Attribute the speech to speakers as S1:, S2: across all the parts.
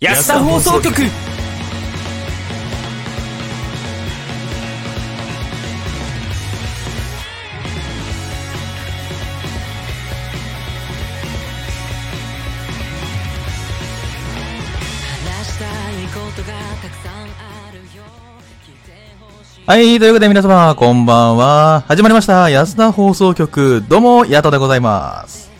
S1: 安田放送局
S2: はい、ということで皆様、こんばんは。始まりました。安田放送局。どうも、ヤトでございます。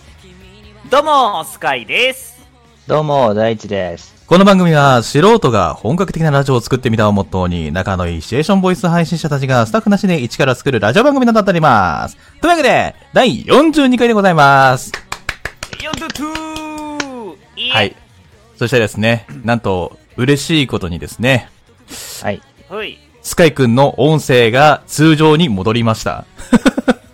S1: どうも、スカイです。
S3: どうも、大地です。
S2: この番組は、素人が本格的なラジオを作ってみたをモットーに、仲のいいシチュエーションボイス配信者たちがスタッフなしで一から作るラジオ番組となっております。というわけで、第42回でございます。
S1: ヨンドゥトゥー
S2: はい。。そしてですね、なんと、嬉しいことにですね、
S3: はい。
S1: ほい。
S2: スカイくんの音声が通常に戻りました。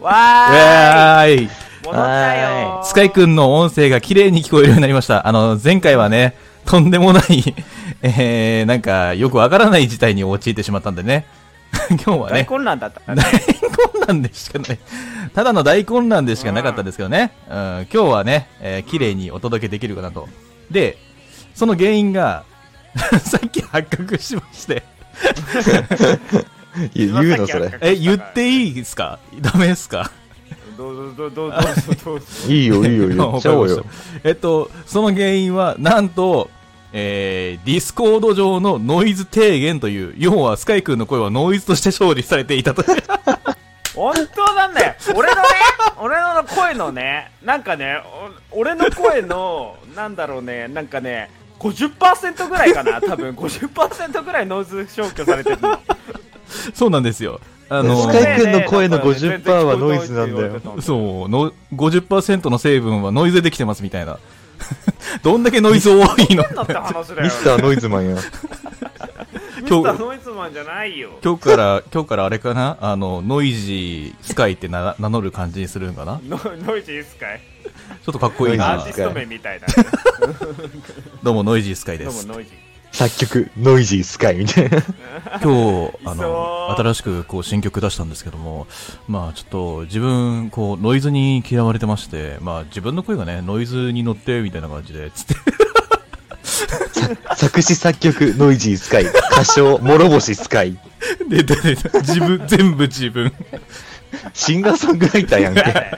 S2: う
S1: わ
S2: わーい。
S1: ーい。戻ったよー。
S2: スカイくんの音声が綺麗に聞こえるようになりました。あの、前回はね、とんでもない、えー、なんか、よくわからない事態に陥ってしまったんでね。 今日は
S1: 大
S2: ね、
S1: 混乱だった
S2: 大
S1: ね。
S2: 混乱でしかない。ただの大混乱でしかなかったですけどね。うん、今日はね、えー綺麗にお届けできるかなと。で、その原因が、 さっき発覚しまして。
S3: 言
S1: 言うのそれ
S2: え、言っていいですかダメですか
S1: どうぞどうぞどうぞどうぞ。
S3: いいよ、いいよ、言っちゃおう
S2: わ
S3: よ
S2: かり。ましたえっと、その原因は、なんと、えー、ディスコード上のノイズ低減という、要はスカイ君の声はノイズとして勝利されていたという。
S1: 本当なんだよ。俺のね、 俺の声のね、なんかね、お俺の声の、なんだろうね、なんかね、50%ぐらいかな、多分50%ぐらいノイズ消去されてるの。
S2: そうなんですよ。あの、
S3: スカイ君の声の
S1: なんかね
S3: 50%はノイズなんだよ
S1: 全然聞こえないって言われてたん
S2: そう、の50%の成分はノイズでできてますみたいな。 どんだけノイズ多 いの
S1: なんだって話だよ。
S3: ミスターノイズマンや。
S1: ミスターノイズマンじゃないよ。
S2: 今日から、今日からあれかなあの、ノイジースカイってな名乗る感じにするんかなち
S1: ノノイジースカイ
S2: ょっとかっこいい
S1: ア
S2: な
S1: ーティ
S3: ノイ
S1: ス
S3: ジー
S1: ト名みたいな。
S2: どうもノイジースカイで
S1: どうも
S2: す。
S1: ノイジー。
S3: 作曲、ノイジースカイみた いな。
S2: 今日、あ
S1: いそ
S2: の、
S1: う
S2: 新しくこう新曲出したんですけども、まあちょっと自分、こう、ノイズに嫌われてまして、まあ自分の声がね、ノイズに乗って、みたいな感じで、つって、
S3: 作詞作曲、ノイジースカイ。歌唱、諸星スカイ。
S2: で、で、で、自分、全部自分。
S3: シンガーソングライターやん
S1: や
S3: け。
S1: だよ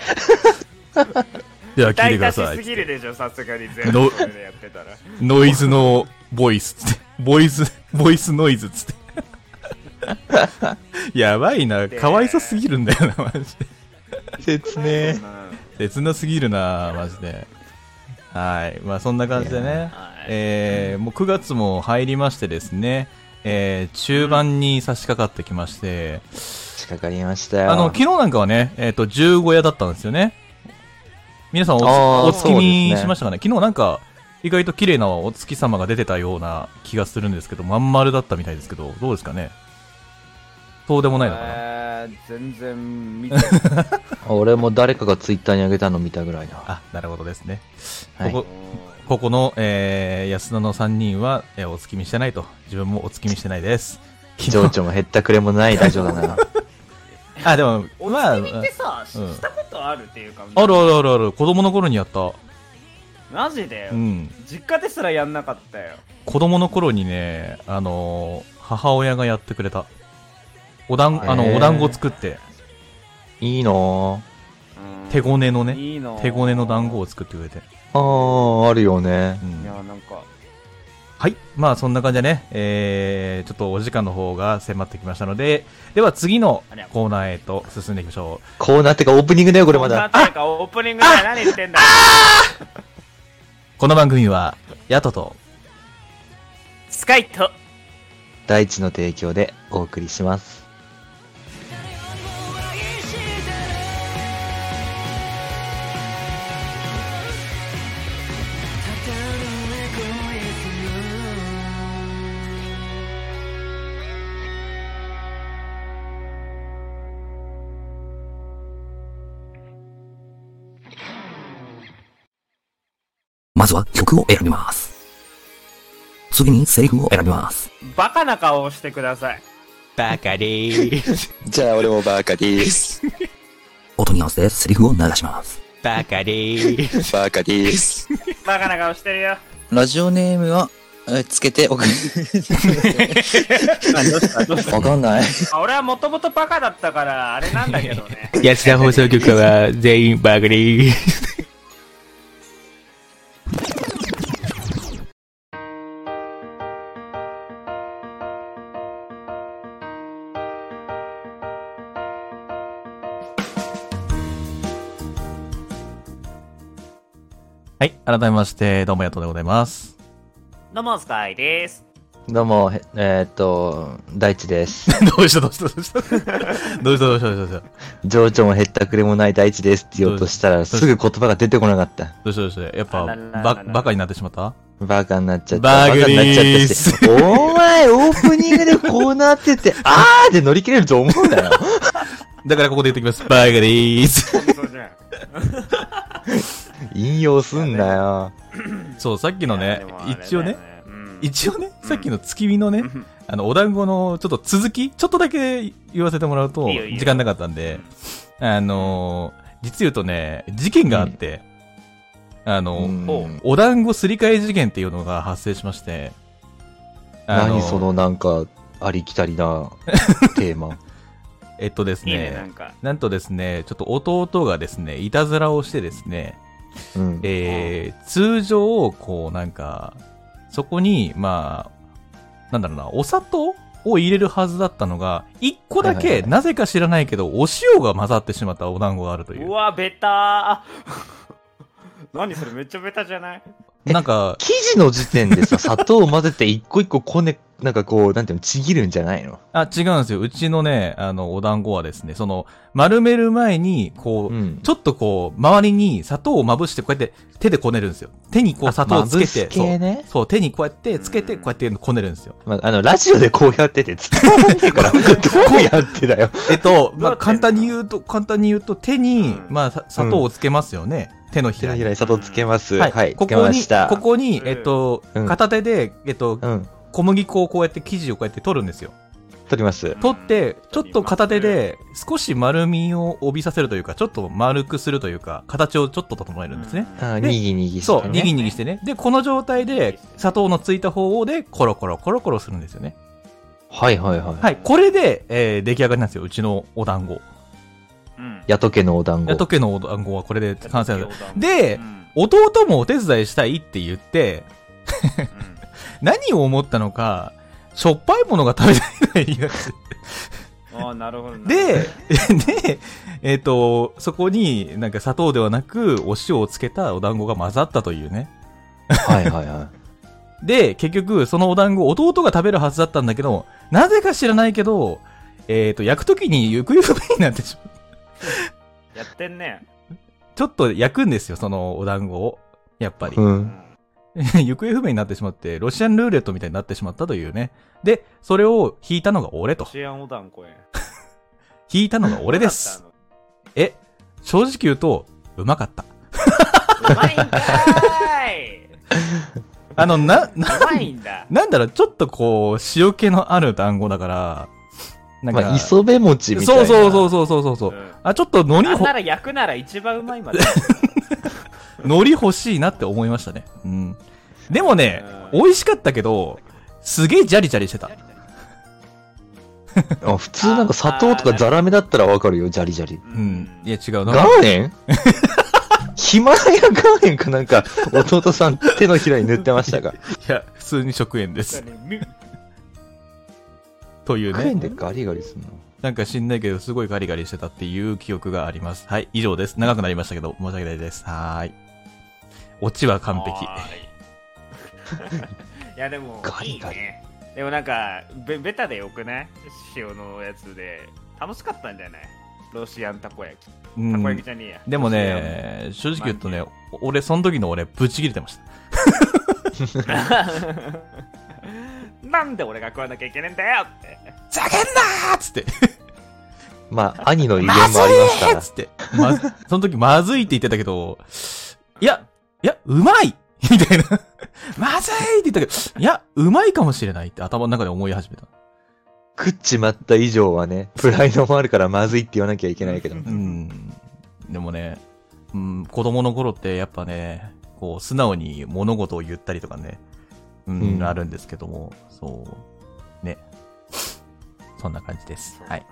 S2: では、聞いてく
S1: 歌
S2: だ
S1: い足
S2: さ
S1: しす
S2: い。
S1: ぎるでしょ、さすがに全
S2: ノ
S1: 部それでや ってたら。
S2: ノイズのボイス、つって、ボイス、ボイスノイズ、つ って。やばいな、かわいさすぎるんだよな、マジで。
S3: 説明。
S2: 切なすぎるな、マジで。はい。まあ、そんな感じでね
S1: はい。
S2: えー、もう9月も入りましてですね、えー、中盤に差し掛かってきまして、
S3: 仕掛かりましたよ。
S2: あの、昨日なんかはね、えっ、と、15夜だったんですよね。皆さんおつ
S3: あー
S2: お月
S3: そう
S2: 見
S3: ですね
S2: しましたかね昨日なんか、意外と綺麗なお月様が出てたような気がするんですけど、まん丸だったみたいですけど、どうですかねそうでもないのかな
S1: えー全然見てない
S3: 俺も誰かがツイッターに上げたの見たぐらいな。
S2: あ、なるほどですね。
S3: はい
S2: ここここの、えー、安田の3人は、えーお月見してないと。自分もお月見してないです。
S3: 情緒も減ったくれもないラジオだな。
S2: あ、でも、
S1: お
S2: まあ、あ
S1: 月
S2: る
S1: 見ってさ、し
S2: うん
S1: したことあるっていうか、
S2: あるあるある、子供の頃にやった。
S1: マジで
S2: う、ん。
S1: 実家ですらやんなかったよ。
S2: 子供の頃にね、あのー母親がやってくれた。おだん、あ
S3: へ
S2: の、
S3: ー
S2: お団子作って、
S3: いいの
S1: うん
S2: 手ごねのね、
S1: いいの
S2: 手ごねの団子を作ってくれて。
S3: あー、あるよね
S2: う。
S1: い
S2: ん
S1: や、なんか、
S2: はい。まあ、そんな感じでね、えー、ちょっとお時間の方が迫ってきましたので、では次のコーナーへと進んでいきましょ
S3: コーナーってかオープニングだよ、これま
S1: こんな
S3: だ。
S1: っていうかオープニングで何言ってんだよ
S2: う。この番組は、ヤトと、
S1: スカイと、
S3: 大地の提供でお送りします。
S4: まずは曲を選びます。次にセリフを選びます。
S1: バカな顔をしてください。
S2: バカでーす。
S3: じゃあ俺もバーカです。
S4: 音に合わせてセリフを流します。
S2: バカでーす。
S3: バーカです。
S1: バカな顔してるよ。
S5: ラジオネームは、えつけておく。 わかんない。
S1: あ俺はもともとバカだったから、あれなんだけどね。
S6: 安田放送局は全員バグリー。
S2: はい。改めまして、どうもやっとうでございます。
S1: どうも、スカイです。
S5: どうも、へえーっと、大地です。
S2: どうしたどうしたどうした どうしたどうしたどうしたどうした
S5: 情緒もへったくれもない大地ですって言おうとしたら、すぐ言葉が出てこなかった。
S2: どうしたどうしたやっぱ
S1: あららら、ら
S2: ば、バカになってしまった
S5: バカになっちゃった。
S2: バグリー
S5: カになっちゃったし。お前、オープニングでこうなっ てて、あーで乗り切れると思うなよ。
S2: だからここで言ってきます。バグリーズ。
S5: 引用すんなよ。
S2: そう、さっきの
S1: い
S2: ね
S1: やでもあ、れだよ
S2: 一応ね、
S1: うん
S2: 一応ね、さっきの月見のね、あの、お団子のちょっと続き、ちょっとだけ言わせてもらうと
S1: いいよいい、よ
S2: 時間なかったんで、あのー、実言うとね、事件があって、あの、
S5: うん
S2: お団子すり替え事件っていうのが発生しまして、あ
S5: 何そのなんか、ありきた りなテーマ。
S2: えっとです
S1: いいね、なん
S2: ね、
S1: か。
S2: なんとですね、ちょっと弟がですね、いたずらをしてですね、
S5: うん。
S2: えー通常、こうなんか、そこに、まあ、なんだろうな、お砂糖を入れるはずだったのが、一個だ
S5: はいは
S2: け、
S5: いはい
S2: なぜか知らないけど、お塩が混ざってしまったお団子があるというう。
S1: わ、ベター。 何それ、めっちゃベタじゃない
S2: なんか、
S5: 生地の時点で さ、砂糖を混ぜて一個一個こね、なんかこう、なんていうの、ちぎるんじゃないの
S2: あ、違うんですよ。うちのね、あの、お団子はですね、その、丸める前に、こう、
S5: ん。
S2: ちょっとこう、周りに砂糖をまぶして、こうやって手でこねるんですよ。手にこう砂糖をつけて
S5: まぶ、す
S2: そ
S5: 系
S2: う、
S5: ね。
S2: そう手にこうやってつけて、こうやってこねるんですよ。
S5: まあ、あの、ラジオでこうやってて伝わん ねえから、どうやってだよ。
S2: えっと、
S1: どう
S2: ま
S1: や
S2: あ、
S1: ってん
S2: 簡
S1: の
S2: 単に言うと、簡単に言うと、手に、
S1: うん
S2: まあ、さ砂糖をつけますよね。手のひ
S5: ひ
S2: ら
S5: ら
S2: に。
S5: ひらに砂糖つけます。
S2: は
S5: はいい、
S2: こ
S5: つけ
S2: こ
S5: ま
S2: に
S5: した。、
S2: ここに
S1: う、ん
S2: えっと、
S5: うん
S2: 片手で、えっと、
S5: うん、
S2: 小麦粉をこうやって生地をこうやって取るんですよ。
S5: 取ります。
S2: 取って、ちょっと片手で、少し丸みを帯びさせるというか、ちょっと丸くするというか、形をちょっと整えるんですね。
S5: あー
S2: で
S5: にぎにぎして、
S2: そう、に
S5: ね。
S2: ぎにぎしてね。で、この状態で、砂糖のついた方で、コロコロコロコロするんですよね。
S5: はいはいはい。
S2: はい、これで、えー出来上がりなんですよ、うちのお団子。
S1: うん。
S5: やとけのお団子。
S2: やっとけのお団子はこれで完成なんです。で
S1: うん、
S2: 弟もお手伝いしたいって言って、
S1: うん
S2: 何を思ったのか、しょっぱいものが食べたいな言い出して
S1: ああ、なるほどな。
S2: で、で、えっ、と、そこになんか砂糖ではなくお塩をつけたお団子が混ざったというね。
S5: はいはいは
S2: で、結局そのお団子弟が食べるはずだったんだけど、なぜか知らないけど、えっ、と、焼くときに行方不明になってしまう。
S1: やってんね。
S2: ちょっと焼くんですよ、そのお団子を。やっぱり
S5: い。。う。
S1: うんん
S2: 行方不明になってしまって、ロシアンルーレットみたいになってしまったというね。で、それを引いたのが俺と。
S1: シアンおだんこや。
S2: 引いたのが俺です。え、正直言うと、うまかった。
S1: うまいんかーい
S2: あの、な、な、
S1: うまいんだ。
S2: なんだろう、ちょっとこう、塩気のある団子だから、なんか、
S5: まあ、磯辺餅みた
S2: そ
S5: い
S2: う
S5: な。
S2: そうそうそうそうそうそうう。
S1: ん
S2: あ、ちょっと海苔
S1: なん
S2: ほ
S1: な、ら焼くなら一番うまいまで。
S2: 海苔欲しいなって思いましたね。うん。でもね、
S1: うん
S2: 美味しかったけど、すげえジャリジャリしてた。
S5: あ普通なんか砂糖とかザラメだったらわかるよ、ジャリジャリ。
S1: う
S2: うん。いや、違うな。
S5: 岩塩 ヒマラヤ岩塩かなんか、弟さん手のひらに塗ってましたが。
S2: いや、普通に食塩です。
S1: み
S2: という
S5: 岩塩
S2: ね。
S5: でガリガリすんの。
S2: なんか知んないけど、すごいガリガリしてたっていう記憶があります。はい、以上です。長くなりましたけど、申し訳ないです。はーい。オチは完璧。
S1: はーい いやでも
S5: ガリガリ
S1: いいねでもなんかベベタでよくない塩のやつで楽しかったんじゃないロシアンたこ焼き
S2: う
S1: た
S2: ん
S1: こ。焼きじゃねえや、
S2: でもね、正直言うとね、俺、その時の俺、ブチ切れてました。
S1: ロシアン なんで俺が食わなきゃいけねえんだよって
S2: ざけんなーっつって。
S5: まあ、兄の威厳もありますから
S2: っ。つって。まず、その時、まずいって言ってたけど、いや、いや、うまい みたいな。まずいって言ったけど、いや、うまいかもしれないって頭の中で思い始めた。
S5: 食っちまった以上はね、プライドもあるからまずいって言わなきゃいけないけど。
S2: うん。でもね、うん、子供の頃ってやっぱね、こう、素直に物事を言ったりとかね、うん、
S6: うん
S2: あるんですけども、そう。ね。そんな感じです。はい。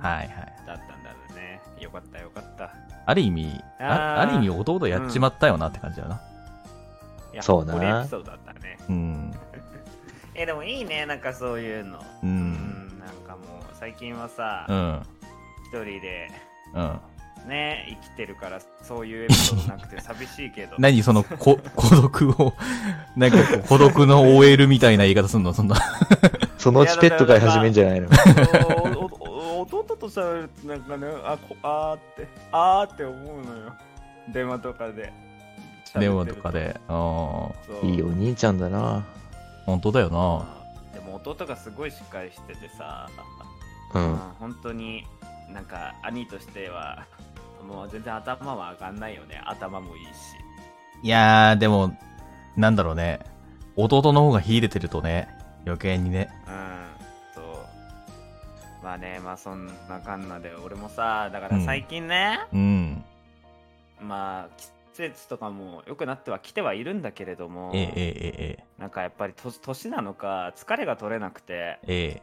S1: は
S2: はいはい。
S1: い。だったんだね。よかったよかった。
S2: ある意味、あ
S1: あ
S2: あ
S1: ー
S2: る意味、弟やっちまったよなって感じだな。
S1: いや
S5: そうな
S1: これエピソードだったね。
S2: うん。
S1: え、でもいいね、なんかそういうの。
S2: う。
S1: うんん、なんかもう最近はさ
S2: う、ん。
S1: 一人で
S2: うん。
S1: ね、生きてるから、そういうエピソードなくて寂しいけど。
S2: 何その、 こ、孤独を、なんかこう、孤独の OL みたいな言い方すんのそんな。
S5: そのうちペット飼い始めんじゃないの
S1: おおお弟と喋るとなんかねあこあーってあーって思うのよ電話とかで
S2: 電話とかで。ああ、
S1: そう
S5: いいお兄ちゃんだな
S2: 本当だよな。
S1: でも弟がすごいしっかりしててさ、
S5: うん
S1: まあ本当になんか兄としてはもう全然頭は上がんないよね頭もいいし
S2: いやー、でも、なんだろうね。弟の方が秀でてるとね、余計にね。
S1: うんそうまあねまあそんなかんなで俺もさだから最近ね、
S2: うん。
S1: まあ季節とかも良くなっては来てはいるんだけれども
S2: えええ
S1: なんかやっぱりと年なのか疲れが取れなくて、
S2: えええええ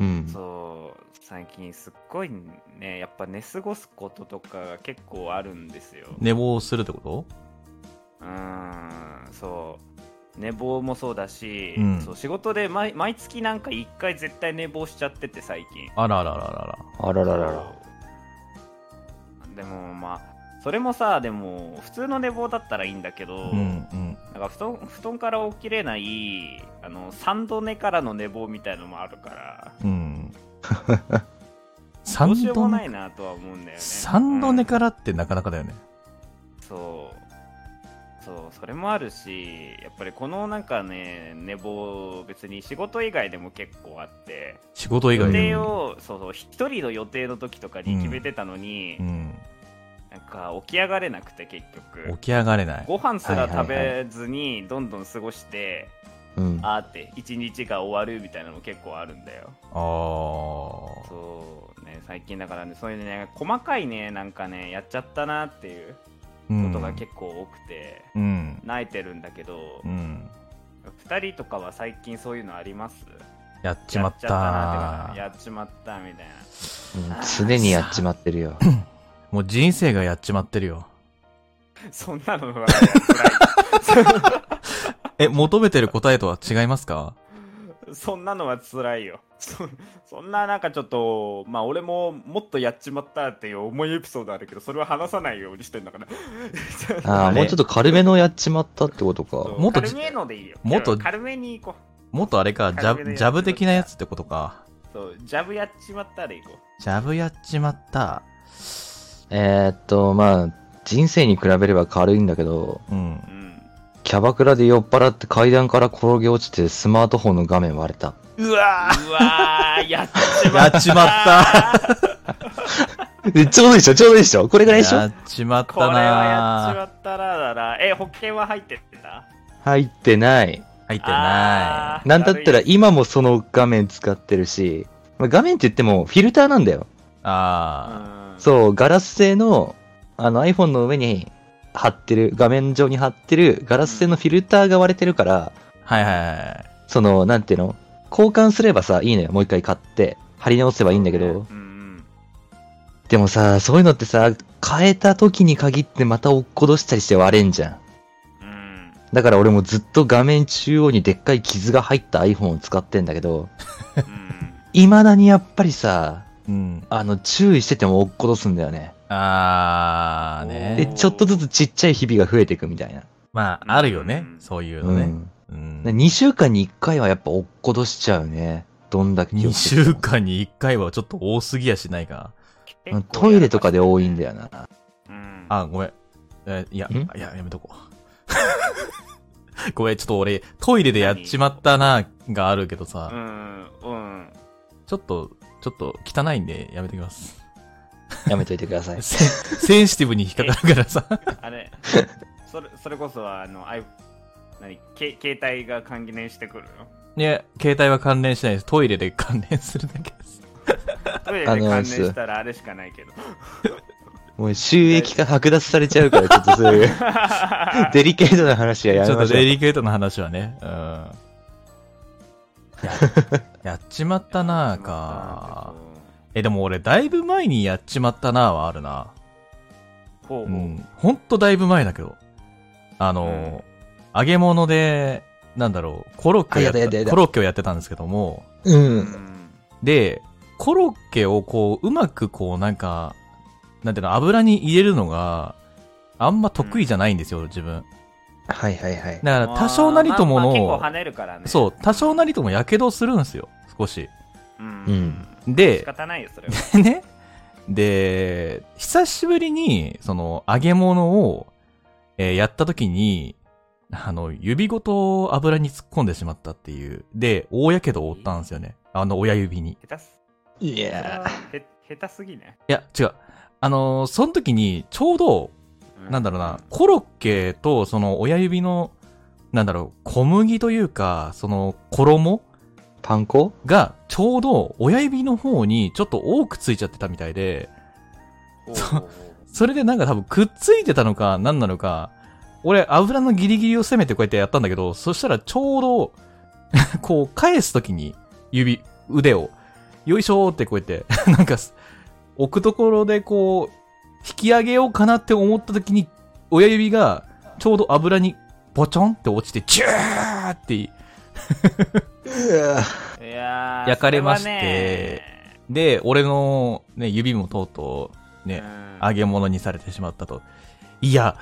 S5: うん
S1: そう最近すっごいねやっぱ寝過ごすこととかが結構あるんですよ。
S2: 寝坊するってこと
S1: うーんそう寝坊もそうだし、
S2: うん
S1: そう仕事で毎毎月なんか1回絶対寝坊しちゃってて最近。
S2: あらあらあらあら。
S5: あらららら
S1: そうでもまあそれもさでも普通の寝坊だったらいいんだけど、
S2: うんうん。
S1: なんか布団布団から起きれないあの3度寝からの寝坊みたいのもあるから。
S2: うん。
S1: どう
S2: 三
S1: しよう
S2: 度
S1: も
S2: 寝
S1: ないなとは思うんだよね。
S2: 三度寝
S1: ら、
S2: からってなかなかだよね。
S1: そう。そう、それもあるし、やっぱりこのなんかね、寝坊、別に仕事以外でも結構あって、
S2: 仕事以
S1: 予
S2: 外で
S1: 定
S2: も。
S1: を、そうそう、一人の予定の時とかに決めてたのに、
S2: うん。
S1: なんか起き上がれなくて結
S2: 起
S1: 局。
S2: き上がれない。
S1: ご飯すら
S5: はいはい
S1: 食
S5: は
S1: べずにどんどん過ごして、
S5: うん
S1: あーって一日が終わるみたいなのも結構あるんだよ
S2: ああ。
S1: そうね最近だからねそういうね細かいねなんかねやっちゃったなっていう
S2: う
S1: ことが
S2: ん。
S1: 結構多くて、
S2: うん。
S1: 泣いてるんだけど、
S2: うん。
S1: 二人とかは最近そういうのあります
S2: やっちまったー
S1: やっちゃったなってかやっちまったみたいな
S5: うん常にやっちまってるよ
S2: もう人生がやっちまってるよ。
S1: そんなのはや辛
S2: え、求めてる答えとは違いますか
S1: いそんなのは辛いよそそんななんかちょっとまあ俺ももっとやっちまったっていう重いエピソードあるけどそれは話さないようにしてんだから
S5: ああもうちょっと軽めのやっちまったってことか
S1: も
S2: も
S1: っ
S2: っ
S1: と
S2: と
S1: 軽めのでいいよ
S2: もっと
S1: 軽めに行こ
S2: もっとあれか、ジ
S1: 軽め
S2: ャ
S1: で
S2: ジャブ的なやつってことか。
S1: うそうジャブやっちまったで行こう
S2: ジャブやっちまった。
S5: えーっとまあ人生に比べれば軽いんだけど
S2: うん
S1: う。ん
S5: キャバクラで酔っ払って階段から転げ落ちてスマートフォンの画面割れた
S2: うわ
S1: うわーやっちま
S2: や
S1: った
S2: っちまった。
S5: えちょうどいいでしょちょうどいいでしょこれぐらいでし
S2: や
S5: ょ
S2: っちまっ
S1: こ
S2: た
S1: れはやっ
S2: な
S1: ちまったらだな。え、保険は入ってんだ
S5: 入ってない
S2: 入ってな
S5: なんだったら
S1: い。
S5: 今もその画面使ってるし、まあ画面って言ってもフィルターなんだよ。
S2: い。あ
S1: そ
S5: そう、ガラス製の、あの iPhone の上に貼ってる、画面上に貼ってるガラス製のフィルターが割れてるか
S2: あ。
S5: ら、
S2: はいはいはい。
S5: その、なんていうの交換すればさ、いいのよ。もう一回買って、貼り直せばいいんだけど。
S1: うんうん。
S5: でもさ、そういうのってさ、変えた時に限ってまた落っことしたりして割れんじゃん。
S1: うん。
S5: だから俺もずっと画面中央にでっかい傷が入った iPhone を使ってんだけど、
S1: うん
S5: 未だにやっぱりさ、
S2: うん。
S5: あの、注意してても落っことすんだよね。
S2: あー
S1: え
S5: で、
S2: ね。
S5: ちょっとずつちっちゃい日々が増えていくみたいな。
S2: まあ、あるよね
S1: う。ん
S2: そういう
S5: う
S2: のね。
S5: ん。
S2: うん。
S5: 2週間に1回はやっぱ落っことしちゃうね。どんだけ気を
S2: 2
S5: つけても
S2: 週間に1回はちょっと多すぎやしないか。
S5: うんトイレとかで多いんだよな。
S1: うん。
S2: あ、ごめん。えいや、
S5: ん
S2: いや、やめとこう。 ごめん、ちょっと俺、トイレでやっちまったな、があるけど
S1: う
S2: さ、
S1: ん。うん。
S2: ちょっと、ちょっと汚いんでやめときます。。
S5: やめといてくださ い
S2: センセンシティブに引っかかるからさ。
S1: あれ、 それ、それこそは、あの、あい、何、け携帯が還元してくる
S2: いや、携帯は関連しないです。トイレで関連するだけです。
S1: のトイレで
S5: あ
S1: 還
S5: の
S1: 元したらあれしかないけ ど。
S5: もう収益が剥奪されちゃう から、ちょっとそういうデリケートな話はや
S2: ち
S5: め
S2: ょっ
S5: ま
S2: と
S5: しょ
S2: デ
S5: う。
S2: リケートな話はね。うん。 やっちまったなぁか。え、でも俺、だいぶ前にやっちまったなぁはあるな。
S1: ほう
S2: う
S1: ほう、
S2: ん。ほんとだいぶ前だけど。あのー、揚げ物で、なんだろう、コロッケをやっ
S5: あやだやだや
S2: た
S5: だ
S2: コロッケをやってたんですけども、
S5: う。
S1: うんん
S2: で、コロッケをこう、うまくこう、なんか、なんていうの、油に入れるのが、あんま得意じゃないんですよ、自分。
S5: はいはいはい。
S2: だから、多少なりとも
S1: まあま
S2: の、
S1: あ結構跳ねるからね。
S2: そう、多少なりとも火傷するんですよ、少し。
S1: うん。
S2: で
S1: 仕、方ないよ、それは。
S2: ね。で、久しぶりに、その、揚げ物を、えーやった時に、あの、指ごと油に突っ込んでしまったっていう。で、大やけどを負ったんですよね。あの、親指に。い
S1: 下手 す。
S5: い
S1: それ
S5: や
S1: はへ下手すぎね。
S2: や、違う。あのーその時に、ちょうど、なんだろうな、コロッケと、その、親指の、なんだろう、小麦というか、その、衣
S5: ーパン粉
S2: が、ちょうど、親指の方に、ちょっと多くついちゃってたみたいで、
S1: ほう
S2: そ
S1: ほうほ
S2: それでなんか多分くっついてたのか何なのか、俺油のギリギリを攻めてこうやってやったんだけど、そしたらちょうど、 こう返すときに指、腕を、よいしょーってこうやって、 なんかす置くところでこう、引き上げようかなって思ったときに、親指がちょうど油にポチョンって落ちて、チューって、
S1: ういや ー
S2: 焼かれまして
S1: そはね
S2: で、俺のね、指もとうとう、ね、
S1: うん
S2: 揚げ物にされてしまったと。いや、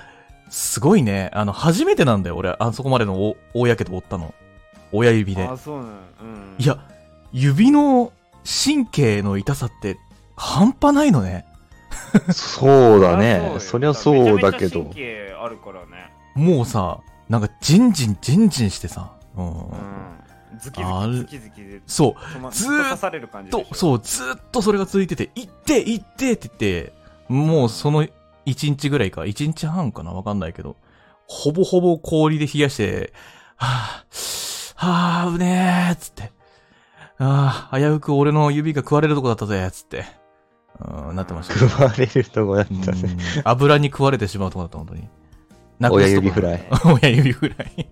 S2: すごいね。あの、初めてなんだよ、俺。あそこまでの大大やけど負ったの。親指で
S1: あ、。そうなの。うん。
S2: い、や、指の神経の痛さって半端ないのね。
S3: そうだ
S1: あ
S3: ね。
S1: よ
S3: そりゃそうだけ
S1: めちゃめちゃ神
S3: ど。
S1: 経あるからね。
S2: もうさ、なんか、ジンジン、ジンジンしてさ。うん。
S1: うん。ズキ
S2: ある
S1: ズキズキズキで、
S2: そ
S1: 止ま
S2: ず
S1: ず
S2: ーっと
S1: っと刺される感
S2: う、
S1: じで
S2: と
S1: し、ょ。
S2: そう、ずーっとそれが続いてて、行って、行ってって言って、もうその1日ぐらいか、1日半かな、わかんないけど、ほぼほぼ氷で冷やして、はぁ、はぁ、危ねえ、つって。ああ、危うく俺の指が食われるとこだったぜ、つって。うん、なってましたけど。
S5: 食われるとこだっ
S2: うん
S5: たね。
S2: 油に食われてしまうとこだった、本当に。なく
S5: 親
S2: すとこ
S5: 指フライ。
S2: 親指フライ。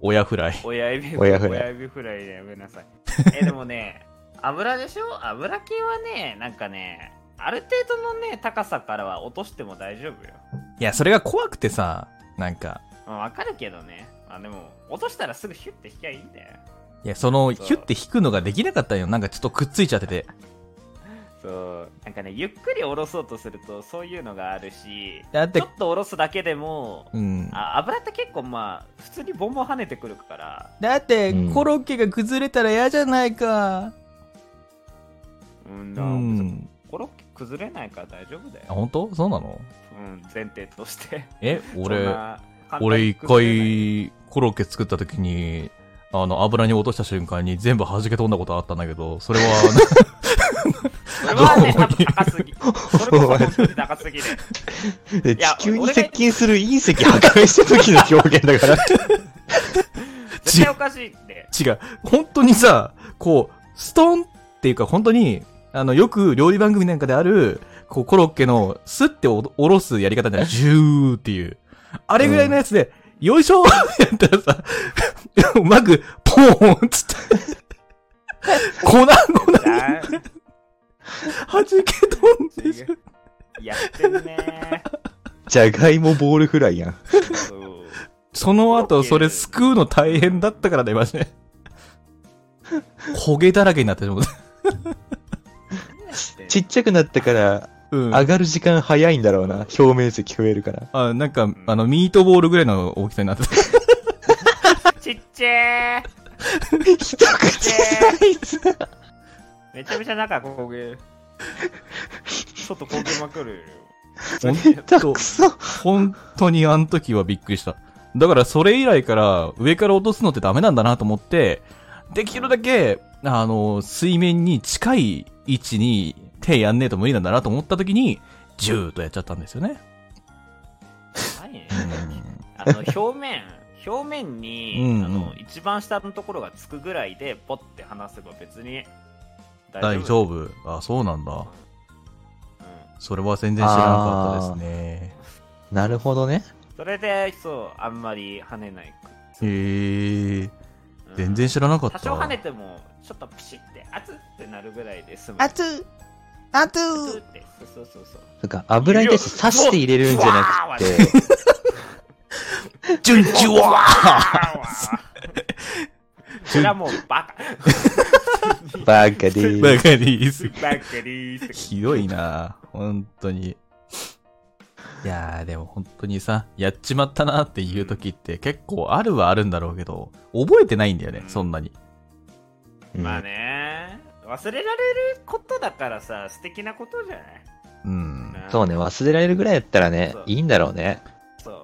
S2: 親フライ。
S1: 親指
S5: 親フライ
S1: 親指フライでやめなさい。 え、でもね、油でしょ油系はね、なんかね、ある程度のね、高さからは落としても大丈夫よ。
S2: いや、それが怖くてさ、なんか、
S1: まあわかるけどね。まあでも、落としたらすぐヒュッて引きゃいいんだよ。
S2: いや、その、
S1: そう
S2: ヒュッて引くのができなかったんよ。なんかちょっとくっついちゃってて。
S1: そう。なんかね、ゆっくり下ろそうとすると、そういうのがあるし、
S2: だっ
S1: ち
S2: て
S1: ょっ、と下ろすだけでも、
S2: うん。
S1: あ油って結構まあ、普通にボンボン跳ねてくるから、
S2: だって
S5: うん
S2: ロッケが崩れたら嫌じゃないか。
S1: うん、
S2: う
S1: な別に
S2: ん。
S1: コロッケ崩れないから大丈夫だ
S2: あ、
S1: よ。
S2: 本当？そうなの
S1: うん、前提として。
S2: え、
S1: そん
S2: 俺、
S1: な簡単に
S2: 俺一
S1: 崩れない
S2: 回、コロッケ作った時に、あの、油に落とした瞬間に全部弾け飛んだことあったんだけど、それは、
S1: それはね、
S2: どう
S1: 多分高すぎ。それこそ本当に高すぎる。
S5: で
S1: いや
S5: 地球に
S1: 俺が
S5: 接近する隕石破壊した時の表現だから。
S1: 絶対おかしいって。
S2: 違う。本当にさ、こう、ストンっていうか、本当に、あの、よく料理番組なんかである、こう、コロッケの、スッておおろすやり方じゃない、ジューっていう。あれぐらいのやつで、よいしょー ってやったらさ、うまく、ポーンっつって、粉、粉、弾
S1: あー
S2: け飛んでしまう
S1: やってるね。
S5: じゃがいもボールフライやん。
S1: そう
S2: その後、それすくうの大変だったからね、マジで。焦げだらけになってしまう。
S5: ちっちゃくなったから、
S2: うん。
S5: 上がる時間早いんだろうな。表面積増える から。
S2: あ、なんか、あの、ミートボールぐらいの大きさになってた。
S1: ちっちゃー。
S5: 一口サイズ。
S1: めちゃめちゃ中焦げ。外焦げまくるよ。
S2: ほん
S5: た
S2: と
S5: く、そ。
S2: 本当にあの時はびっくりした。だからそれ以来から上から落とすのってダメなんだなと思って、できるだけ、あの、水面に近い位置に手やんねえと無理なんだなと思った時に、ジューッとやっちゃったんですよね。
S1: はい。
S2: うん
S1: あの、表面。表面に、
S2: うんうん
S1: あの一番下のところがつくぐらいでポッて離せば別に
S2: 大
S1: 夫
S2: 丈夫。あ、そうなんだ。
S1: うん
S2: それは全然知らなかったですね。
S5: なるほどね。
S1: それで、そう、あんまり跳ねない。
S2: へえ。
S1: うん
S2: 全然知らなかった
S1: 多少跳ねてもちょっとプシって熱ってなるぐらいで済む
S7: 熱熱
S1: 熱ってそうそうそう
S5: なんか油に対して刺して入れるんじゃなく
S1: いや
S5: て、
S2: ジュンジュワ
S1: それはもうバカ
S5: バカでー
S2: バカリーズ
S1: バカリーって
S2: ひどいな本当に。いやー、でも本当にさ、やっちまったなっていう時って結構あるはあるんだろうけど、覚えてないんだよね、そんなに。
S1: まあね忘れられることだからさ素敵なことじゃない
S2: うん。
S5: そうね、忘れられるぐらいだったらね
S1: そう、
S5: いいんだろうね。
S1: そう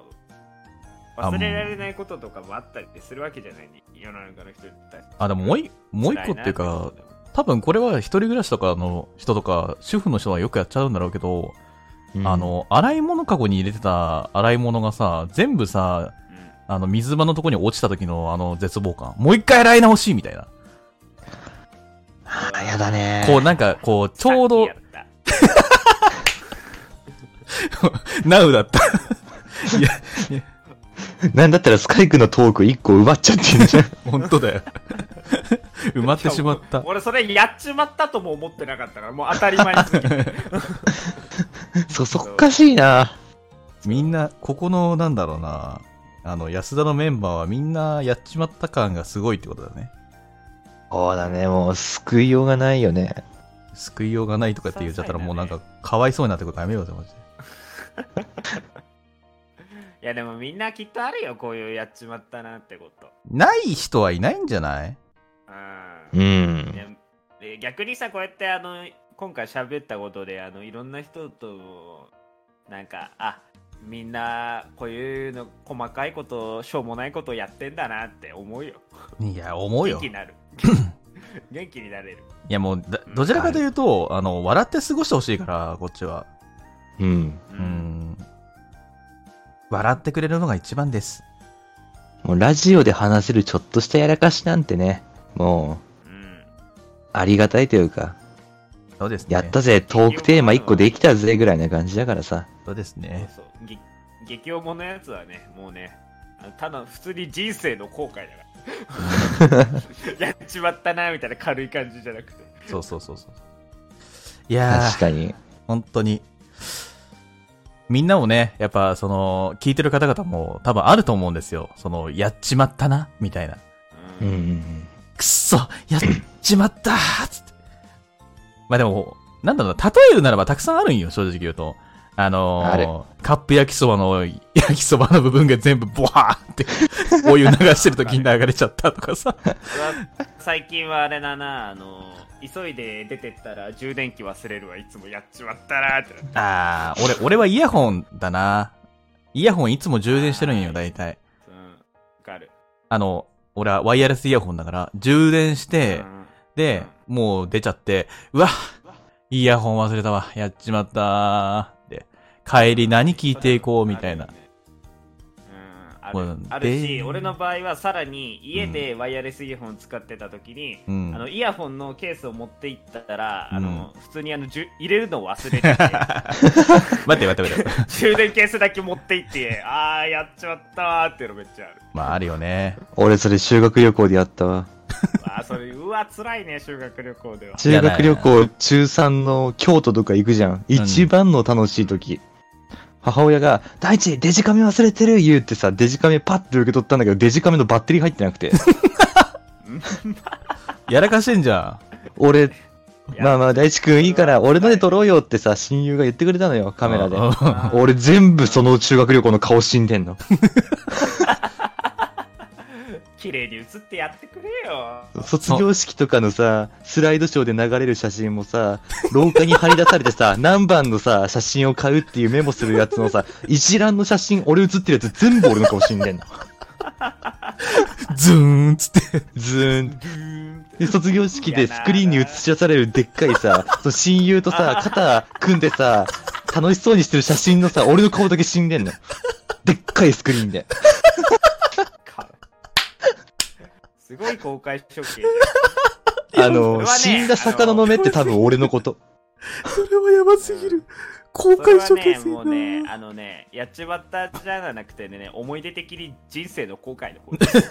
S2: あ
S1: 忘れられないこととかもあったりするわけじゃない、世の中の人たち
S2: あ、でももうい、もう一個っていうか、多分これは一人暮らしとかの人とか、主婦の人はよくやっちゃうんだろうけど、
S5: うん
S2: あ、の、洗い物かごに入れてた洗い物がさ、全部さ、あの、水場のとこに落ちた時のあの絶望感。もう一回洗い直しみたいな。
S5: あ、やだね。
S2: こうなんか、こう、ちょうど
S1: さっ、きやっ
S2: ナウだった。
S5: なんだったらスカイクのトーク1個奪っちゃってんじゃん。
S2: 本当だよ。 埋まってしまった。
S1: 俺それやっちまったとも思ってなかったからもう当たり前にすぎて
S5: そそっかしいな。
S2: みんな、ここの、なんだろうな、あの、安田のメンバーはみんなやっちまった感がすごいってことだね。
S5: そうだね、もう救いようがないよね。
S2: 救いようがないとかって言っちゃったらもうなんか、かわいそうになってことやめようぜ、マジで。
S1: いやでもみんなきっとあるよこういうやっちまったなってこと
S2: ない人はいないんじゃない
S1: うん
S5: う
S1: い
S5: ん。
S1: やで逆にさこうやってあの今回喋ったことであのいろんな人となんかあみんなこういうの細かいことしょうもないことやってんだなって思うよ
S2: いや、思う
S1: 元
S2: よ。
S1: 気
S2: い
S1: になる元気になれる
S2: や、もうだ、どちらかというと、あの、笑って過ごしてほしいから、こっちは。
S5: うん。
S1: う
S2: う、ん。笑ってくれるのが一番です。
S5: もうラジオで話せるちょっとしたやらかしなんてね、も
S1: うん、
S5: う、ありがたいというか、
S2: そうですね。
S5: やったぜ、トークテーマ1個できたぜ、ぐらいな感じだからさ。
S2: そうですね。
S1: そうそうげ激おものやつはねもうねあのただ普通に人生の後悔だから やっちまったなみたいな軽い感じじゃなくて
S2: そうそうそうそう。いやー
S5: 確。かに。
S2: 本当に。みんなもね、やっぱその、聞いてる方々も多分あると思うんですよ。その、やっちまったな、みたいな。
S1: う
S5: う
S1: ん
S5: うんんうん。
S2: くっそやっちまったーつって。まあでも、なんだろうな、例えるならばたくさんあるんよ、正直言うと。あ
S5: あ
S2: の
S5: る
S2: ー、カップ焼きそばの、焼きそばの部分が全部ボワーって、お湯流してる時に流れちゃったとかさ。
S1: うわ最近はあれだなあの急いで出てったら充電器忘れるわいつもやっちまったなってなって
S2: あー、俺、俺はイヤホンだな。イヤホンいつも充電してるんよ、大体。
S1: うんわかる
S2: あの、俺はワイヤレスイヤホンだから、充電して
S1: う、ん
S2: で、もう出ちゃって、うわイヤホン忘れたわ、やっちまったーって、帰り何聞いていこうみたいな
S1: ある。よね
S2: こ
S1: うん、
S2: う
S1: あるあるし
S2: で
S1: 俺の場合はさらに家でワイヤレスイヤホン使ってた時に、
S2: うん
S1: あのイヤホンのケースを持っていったら、あの普通にあのじゅ入れるのを忘れて て
S2: 待って待って待って。
S1: 充電ケースだけ持っていってああやっちまったわーっていうのめっちゃある
S2: まああるよね。
S5: 俺それ修学旅行でやったわ。
S1: あーそれうわ辛いね修学旅行では
S5: 修学旅行中3の京都とか行くじゃん。一番の楽しい時。母親が、大地、デジカメ忘れてる言うってさ、デジカメパッて受け取ったんだけど、デジカメのバッテリー入ってなく て。
S2: やらかしてんじゃ
S5: 俺、
S1: や
S5: まあまあ、大地君いいから、俺ので撮ろうよってさ、親友が言ってくれたのよ、
S2: ん。
S5: カメラで。
S2: あ
S1: あー
S5: 俺全部その修学旅行の顔死んでんの。
S1: 綺麗に写ってやってくれよ
S5: 卒業式とかのさ、スライドショーで流れる写真もさ、廊下に張り出されて さ、何番のさ、写真を買うっていうメモするやつのさ、一覧の写真、俺写ってるやつ全部俺の顔死んでんの。
S2: ズーンっつって。
S5: ずーん。で、卒業式でスクリーンに映し出されるでっかいさ、その親友とさ、肩組んでさ、楽しそうにしてる写真のさ、俺の顔だけ死んでんの。でっかいスクリーンで。
S1: かすごい公開処刑
S5: あ
S1: それは
S5: の、
S1: ね
S5: 死んだ魚の目って多分俺のこと。
S2: それはやばすぎる。
S1: 公開処刑もうね、あのね、やっちまったじゃなくてね、思い出的に人生の後悔の方です。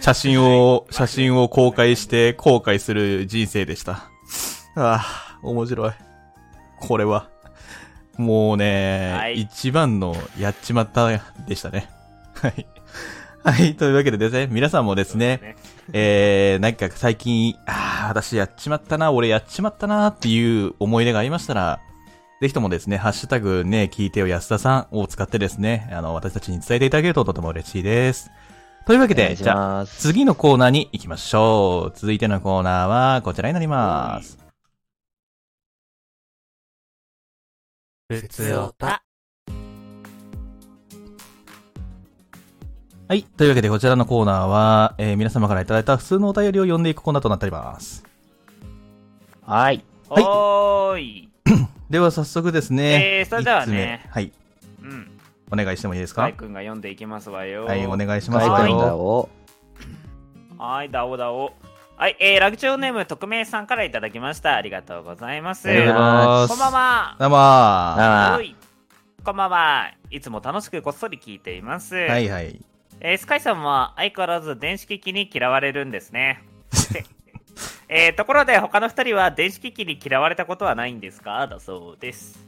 S2: 写真を、写真を公開して後悔する人生でした。ああ、面白い。これは。もうね、
S1: はい
S2: 一番のやっちまったでしたね。はい。はい、というわけでですね、皆さんもですね、えー、なんか最近、ああ、私やっちまったな、俺やっちまったなっていう思い出がありましたら、ぜひともですね、ハッシュタグね、聞いてよ安田さんを使ってですね、あの、私たちに伝えていただけるととても嬉しいです。というわけ
S5: お願
S2: で、
S5: いし
S2: じゃあ、
S5: ます
S2: 次のコーナーに行きましょう。続いてのコーナーはこちらになります。
S6: 普通をた。
S2: はい。というわけで、こちらのコーナーは、えー皆様からいただいた普通のお便りを読んでいくコーナーとなっております。
S5: はい。
S2: はい
S1: おーい。
S2: では、早速ですね。
S1: えーそれではね
S2: 一つ目はい。
S1: うん。
S2: お願いしてもいいです
S1: バ
S2: か
S1: イ君が読んでいきますわよ。
S2: はい、お願いします
S5: 海
S2: よ。
S5: 外だを。
S1: はい、だおだお。はい、えー、ラグチオネーム、匿名さんからいただきました。ありがとうございます。
S5: ありがとうございます
S1: こんばんは。
S2: どうもは
S5: あ
S1: おいこんばんは。いつも楽しくこっそり聞いています。はい
S2: はい。
S1: えースカイさんは相変わらず電子機器に嫌われるんで すね。えーところで他の2人は電子機器に嫌われたことはないんですかだそう です。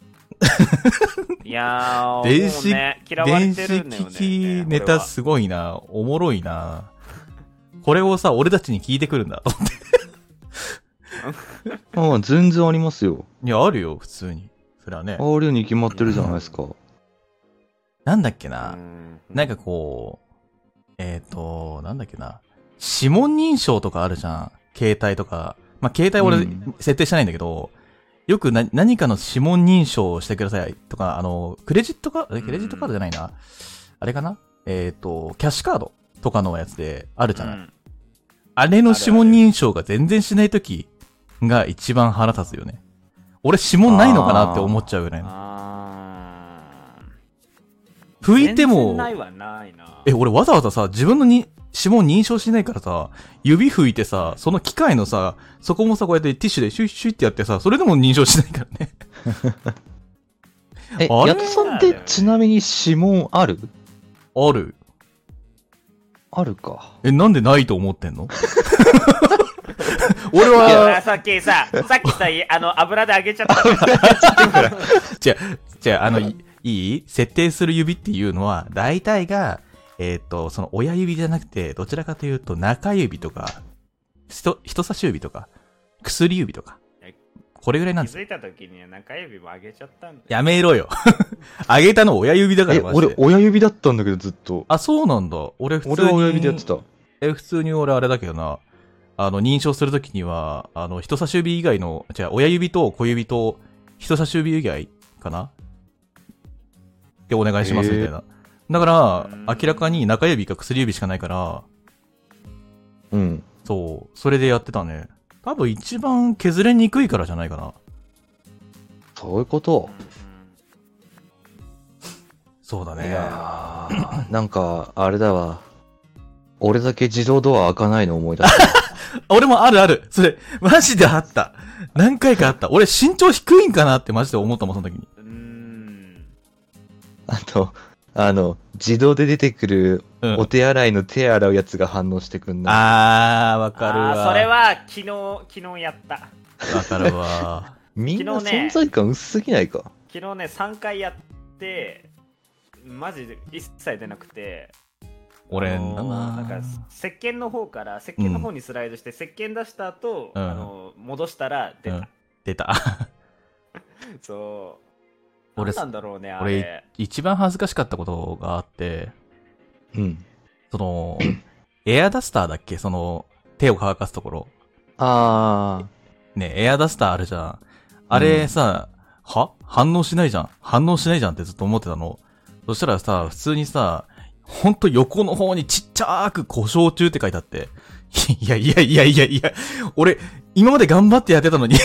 S1: いやー、
S2: 電子
S1: もうね、嫌われ
S2: 電
S1: てる
S2: 子
S1: んだよね。
S2: 機器ネ
S1: これ
S2: タ
S1: は
S2: すごいな。おもろいな。これをさ、俺たちに聞いてくるんだ。
S5: あ。うん、全然ありますよ。
S2: いや、あるよ、普通に。それはね。
S5: あるに決まってるじゃないですか。
S2: なんだっけ
S1: う
S2: な。
S1: ん
S2: なんかこう、えっ、と、なんだっけな。指紋認証とかあるじゃん。携帯とか。まあ、携帯
S5: う
S2: 俺
S5: ん、
S2: 設定してないんだけど、よくな、何かの指紋認証をしてくださいとか、あの、クレジットカード、えクレジットカードじゃないな。あれかなえっ、と、キャッシュカードとかのやつであるじゃない。
S1: うん
S2: あれの指紋認証が全然しないときが一番腹立つよね。俺指紋ないのかなって思っちゃうぐらいの。
S1: あー
S2: 拭いて
S1: 全然な
S2: も
S1: い、はないな。
S2: え、俺わざわざさ、自分のに指紋認証しないからさ、指拭いてさ、その機械のさ、そこもさ、こうやってティッシュでシュッシュッってやってさ、それでも認証しないからね。
S5: え、
S2: あれ
S5: やつさんってちなみに指紋ある
S2: ある。
S5: あるか。
S2: え、なんでないと思ってんの俺
S1: いや
S2: は、
S1: さっきさ、さっきさ、あの、油で揚げちゃったから。
S2: じゃあ、じゃあ、あの、いいい設定する指っていうのは、大体が、えっ、と、その親指じゃなくて、どちらかというと中指とか、人、人差し指とか、薬指とか
S1: え。
S2: これぐらいなん
S1: 気
S2: ですよ。
S1: づいた時には中指も揚げちゃったんだよ。
S2: やめろよ。 あげたの親指だから
S5: え、
S2: マジで
S5: 俺、親指だったんだけど、ずっと。
S2: あ、そうなんだ。俺普通に。
S5: 俺は親指でやってた。
S2: え、普通に俺あれだけどな。あの、認証するときには、あの、人差し指以外の、違う、親指と小指と人差し指以外かなでお願いしますみたいな。だか
S1: うん
S2: ら、明らかに中指か薬指しかないから、
S5: うん。
S2: そう、それでやってたね。多分一番削れにくいからじゃないかな。
S5: そういうこと。
S2: そうだ
S5: い
S2: ね。
S5: やー、 なんか、あれだわ。俺だけ自動ドア開かないの思い出 した。
S2: 俺もあるある。それ、マジであった。何回かあった。俺身長低いんかなってマジで思ったもん、その時に。
S1: うーん。
S5: あと、あの、自動で出てくる
S2: うん
S5: お手洗いの手洗うやつが反応してくんな
S2: あー、わかる
S1: あ
S2: わ。
S1: ーそれは昨日昨日やった
S2: わかるわ。
S5: い。みんな
S1: 昨日ね
S5: 存在感薄すぎないか。
S1: 昨日ね3回やってマジで一切出なくて
S2: 俺、
S1: あのー
S2: まあ
S1: なんか石鹸の方から石鹸の方にスライドして、石鹸出した後、
S2: うん
S1: あのー戻したら出た、
S2: 出た。
S1: そう
S2: 俺
S1: 何なんだろうねあ
S2: 俺
S1: れ、
S2: 一番恥ずかしかったことがあって、
S5: うん。
S2: そ の、エアダスターだっけその、手を乾かすところ。
S5: あ
S2: ね、エアダスターあるじゃん。あれさ、は反応しないじゃん。反応しないじゃんってずっと思ってたの。そしたらさ、普通にさ、ほんと横の方にちっちゃーく故障中って書いてあって。いやいやいやいやいや、俺、今まで頑張ってやってたのに、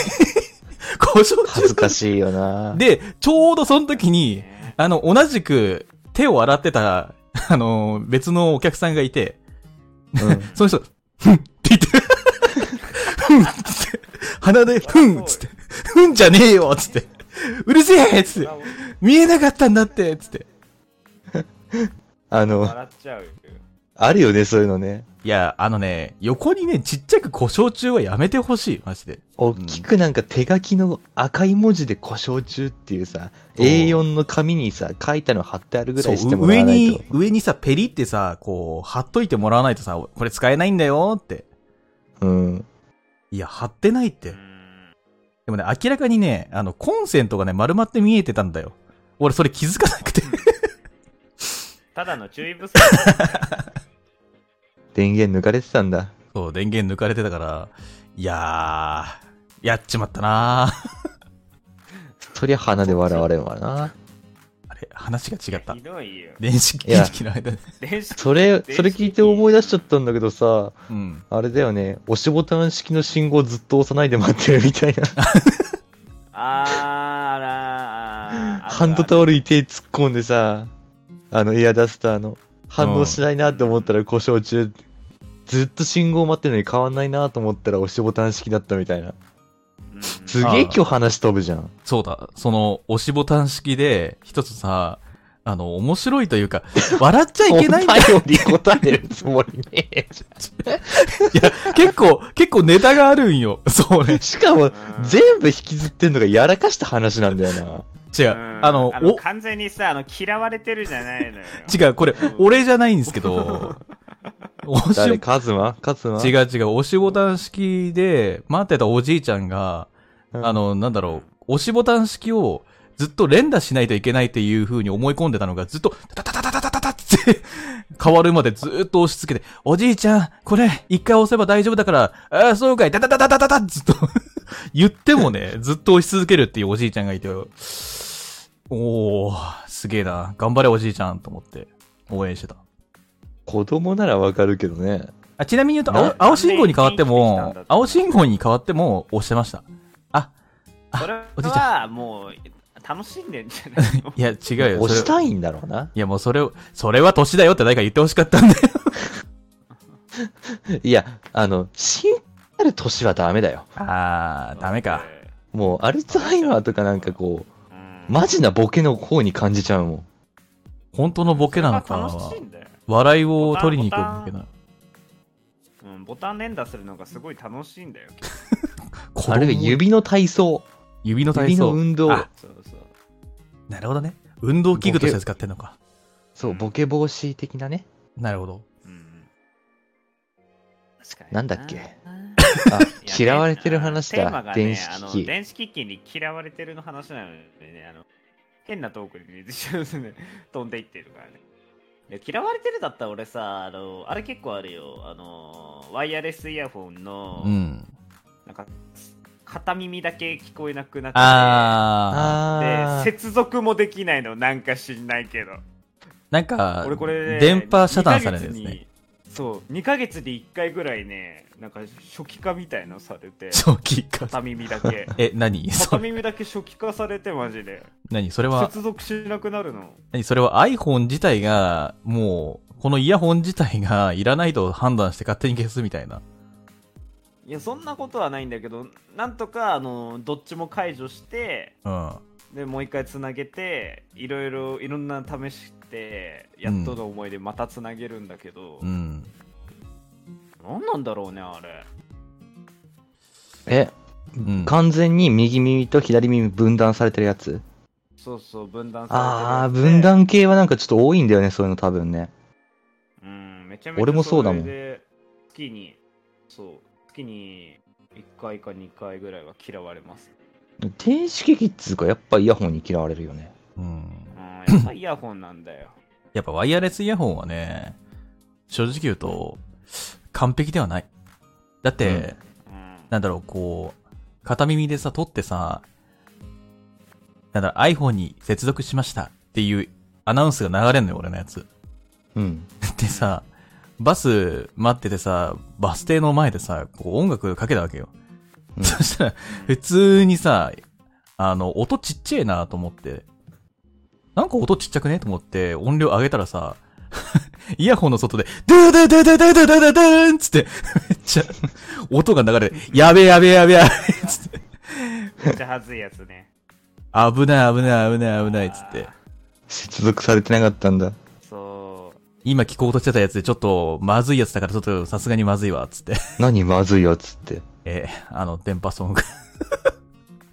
S2: 故障
S5: ー、
S2: 中
S5: 恥ずかしいよな。
S2: で、ちょうどその時に、
S1: ね
S2: あの、同じく手を洗ってた、あの、別のお客さんがいて、
S5: うん、
S2: その人、ふんって言って、ふんって言って、鼻で、ふんっつって、うんじゃねえよつって。うるせえつって。見えなかったんだってつって。
S5: あの、
S1: 笑っちゃうよ。
S5: あるよね、そういうのね。
S2: いや、あのね、横にね、ちっちゃく故障中はやめてほしい。マジで。
S5: 大きくなんか手書きの赤い文字で故障中っていうさ、A4 の紙にさ、書いたの貼ってあるぐらいしてもら
S2: 上
S5: わないと
S2: に。、上にさ、ペリってさ、こう、貼っといてもらわないとさ、これ使えないんだよって。
S5: うん。
S2: いや、貼ってないっ
S1: う
S2: て。
S1: ん
S2: でもね、明らかにね、あの、コンセントがね、丸まって見えてたんだよ。俺、それ気づかなくて。
S1: ただの注意不足だね。
S5: 電源抜かれてたんだ。
S2: そう、電源抜かれてたから、いやー、やっちまったなー。
S5: そりゃ鼻で笑われるわな。
S2: あれ、話が違った
S1: ひ。どいよ。
S2: 電子機器の間で。
S1: 電子
S5: それ、それ聞いて思い出しちゃったんだけどさ、
S2: うん。
S5: あれだよね、押しボタン式の信号ずっと押さないで待ってるみたいな。
S1: あーらーあー。
S5: ハンドタオルに手突っ込んでさ、あのエアダスターの、反応しないなって思ったら故障中、ずっと信号待ってるのに変わんないなと思ったら押しボタン式だったみたいな。
S1: うん
S5: すげえ今日話飛ぶじゃん。
S2: そうだ、その、押しボタン式で、一つさ、あの、面白いというか、笑っちゃいけないんだよ。
S5: お便り答えるつもりねえじ
S2: いや、 結構、結構ネタがあるん よ。そう
S5: ゃ
S2: ね
S5: ん。。 しか
S1: う
S5: も、
S1: ん
S5: 全部引きずってんのがやらかした話なんだよな。
S2: 違う。
S1: うん
S2: あの、お、
S1: 完全にさ、あの、嫌われてるじゃないのよ。
S2: 違う、これ、俺じゃないんですけ ど、押し
S5: 誰カズマカズマ
S2: 違う違う、押しボタン式で待ってたおじいちゃんが、
S5: うん
S2: あの、なんだろう、押しボタン式をずっと連打しないといけないっていう風に思い込んでたのが、ずっと、タタタタタタタタって変わるまでずっと押し付けて、おじいちゃん、これ、一回押せば大丈夫だから、ああ、そうかい、タタタタタタタずっと、言っても ね、ずっと押し続けるっていうおじいちゃんがいて、おー、すげえな、頑張れおじいちゃんと思って、応援してた。
S5: 子供ならわかるけどね。
S2: あちなみに言うと青
S1: な、
S2: 青信号に変わって
S1: なんで生きてきたんだ
S2: も
S1: っ、て
S2: 青信号に変わっても押してました。
S1: それ
S2: おじいち
S1: は、もう、楽しんでんじゃないの
S2: いや、違うよ。
S5: 押し
S2: それ
S5: たいんだろうな。
S2: いや、もうそれを、それは年だよって誰か言ってほしかったんだよ。
S5: いや、あの、死んある年はダメだよ。
S2: あー、ダメか。。
S5: もう、アルツハイマーとかなんかこ
S1: うん
S5: う、マジなボケの方に感じちゃうもん。
S2: 本当のボケなの
S1: それが
S2: か
S1: 楽しい、んだよ。
S2: 笑いを取りに行くボケなの。
S1: うん、ボタン連打するのがすごい楽しいんだよ。
S2: 子供
S5: あれが指の体操。
S2: 指の体
S5: 指の
S2: 操。
S5: 運動。
S2: あ
S1: そうそう。
S2: なるほどね。運動器具として使ってんのか。
S5: そう、ボケ防止的な ね。
S2: なるほど。
S1: うん確かに
S5: なんだっけあ
S1: いや
S5: 嫌われてる話
S1: テーマ
S5: だ。
S1: がね
S5: 電子
S1: あの
S5: 機器。
S1: 電子機器に嫌われてるの話なのでね、あの変なトークにね、ね、 飛んでいってるからね。いや嫌われてるだったら俺さ、あの、あれ結構あるよ。あの、ワイヤレスイヤホンの、
S2: うん。
S1: なんか、片耳だけ聞こえなくなって、
S2: あ
S5: あ
S1: で、接続もできないの、なんか知んないけど。
S2: ー、なんか
S1: 俺これ、ね、、
S2: 電波遮断されるんですね。
S1: 2ヶ月にそう2ヶ月に1回ぐらいねなんか初期化みたいのさ れて
S2: 初期化。
S1: 片耳だけ
S2: え、何
S1: 片
S2: そ
S1: 耳だけ初期化されてマジで
S2: 何それは、
S1: 接続しなくなるの
S2: 何それは iPhone 自体が、もう、このイヤホン自体がいらないと判断して勝手に消すみたいな。
S1: いやそんなことはないんだけどなんとかあのどっちも解除して
S2: うん。
S1: でもう一回つなげていろいろいろんな試してやっとの思いでまたつなげるんだけど、
S2: うん。
S1: なん、何なんだろうねあれ
S5: ーえ、
S2: うん、
S5: 完全に右耳と左耳分断されてるやつ。
S1: そうそう分断されてる
S5: あー、分断系はなんかちょっと多いんだよね、そういうの多分ね。
S1: うん、めちゃめちゃ
S5: 俺もそうだもん
S1: れで月に、そう、月に1回か2回ぐらいは嫌われます。
S5: 電子機器っつうか、やっぱイヤホンに嫌われるよね。
S2: うん
S1: うん、や っぱイヤホンなんだよ。
S2: やっぱワイヤレスイヤホンはね、正直言うと、完璧ではない。だって、
S5: うん
S1: うん、
S2: なんだろう、こう、片耳でさ、撮ってさ、なんだろう、iPhone に接続しましたっていうアナウンスが流れんのよ、俺のやつ。
S5: うん。
S2: でさ、バス待っててさ、バス停の前でさ、こう音楽かけたわけよ。
S5: うん
S2: そしたら、普通にさ、あの、音ちっちゃいなと思って、なんか音ちっちゃくねと思って、音量上げたらさ、 イヤホンの外で、ドゥドゥドゥドゥドゥドゥドゥドゥーンつって、めっちゃ、音が流れて、やべえやべえやべえやべえつって、
S1: めっちゃ恥ずいやつね。
S2: 危ない危ない危ない危ないっつって。
S5: 所属されてなかったんだ。
S1: そ
S2: 今聞こうとしてたやつでちょっとまずいやつだからちょっとさすがにまずいわ、つって。
S5: 何まずいやつって。
S2: えー、あの、電波ソング。
S1: う。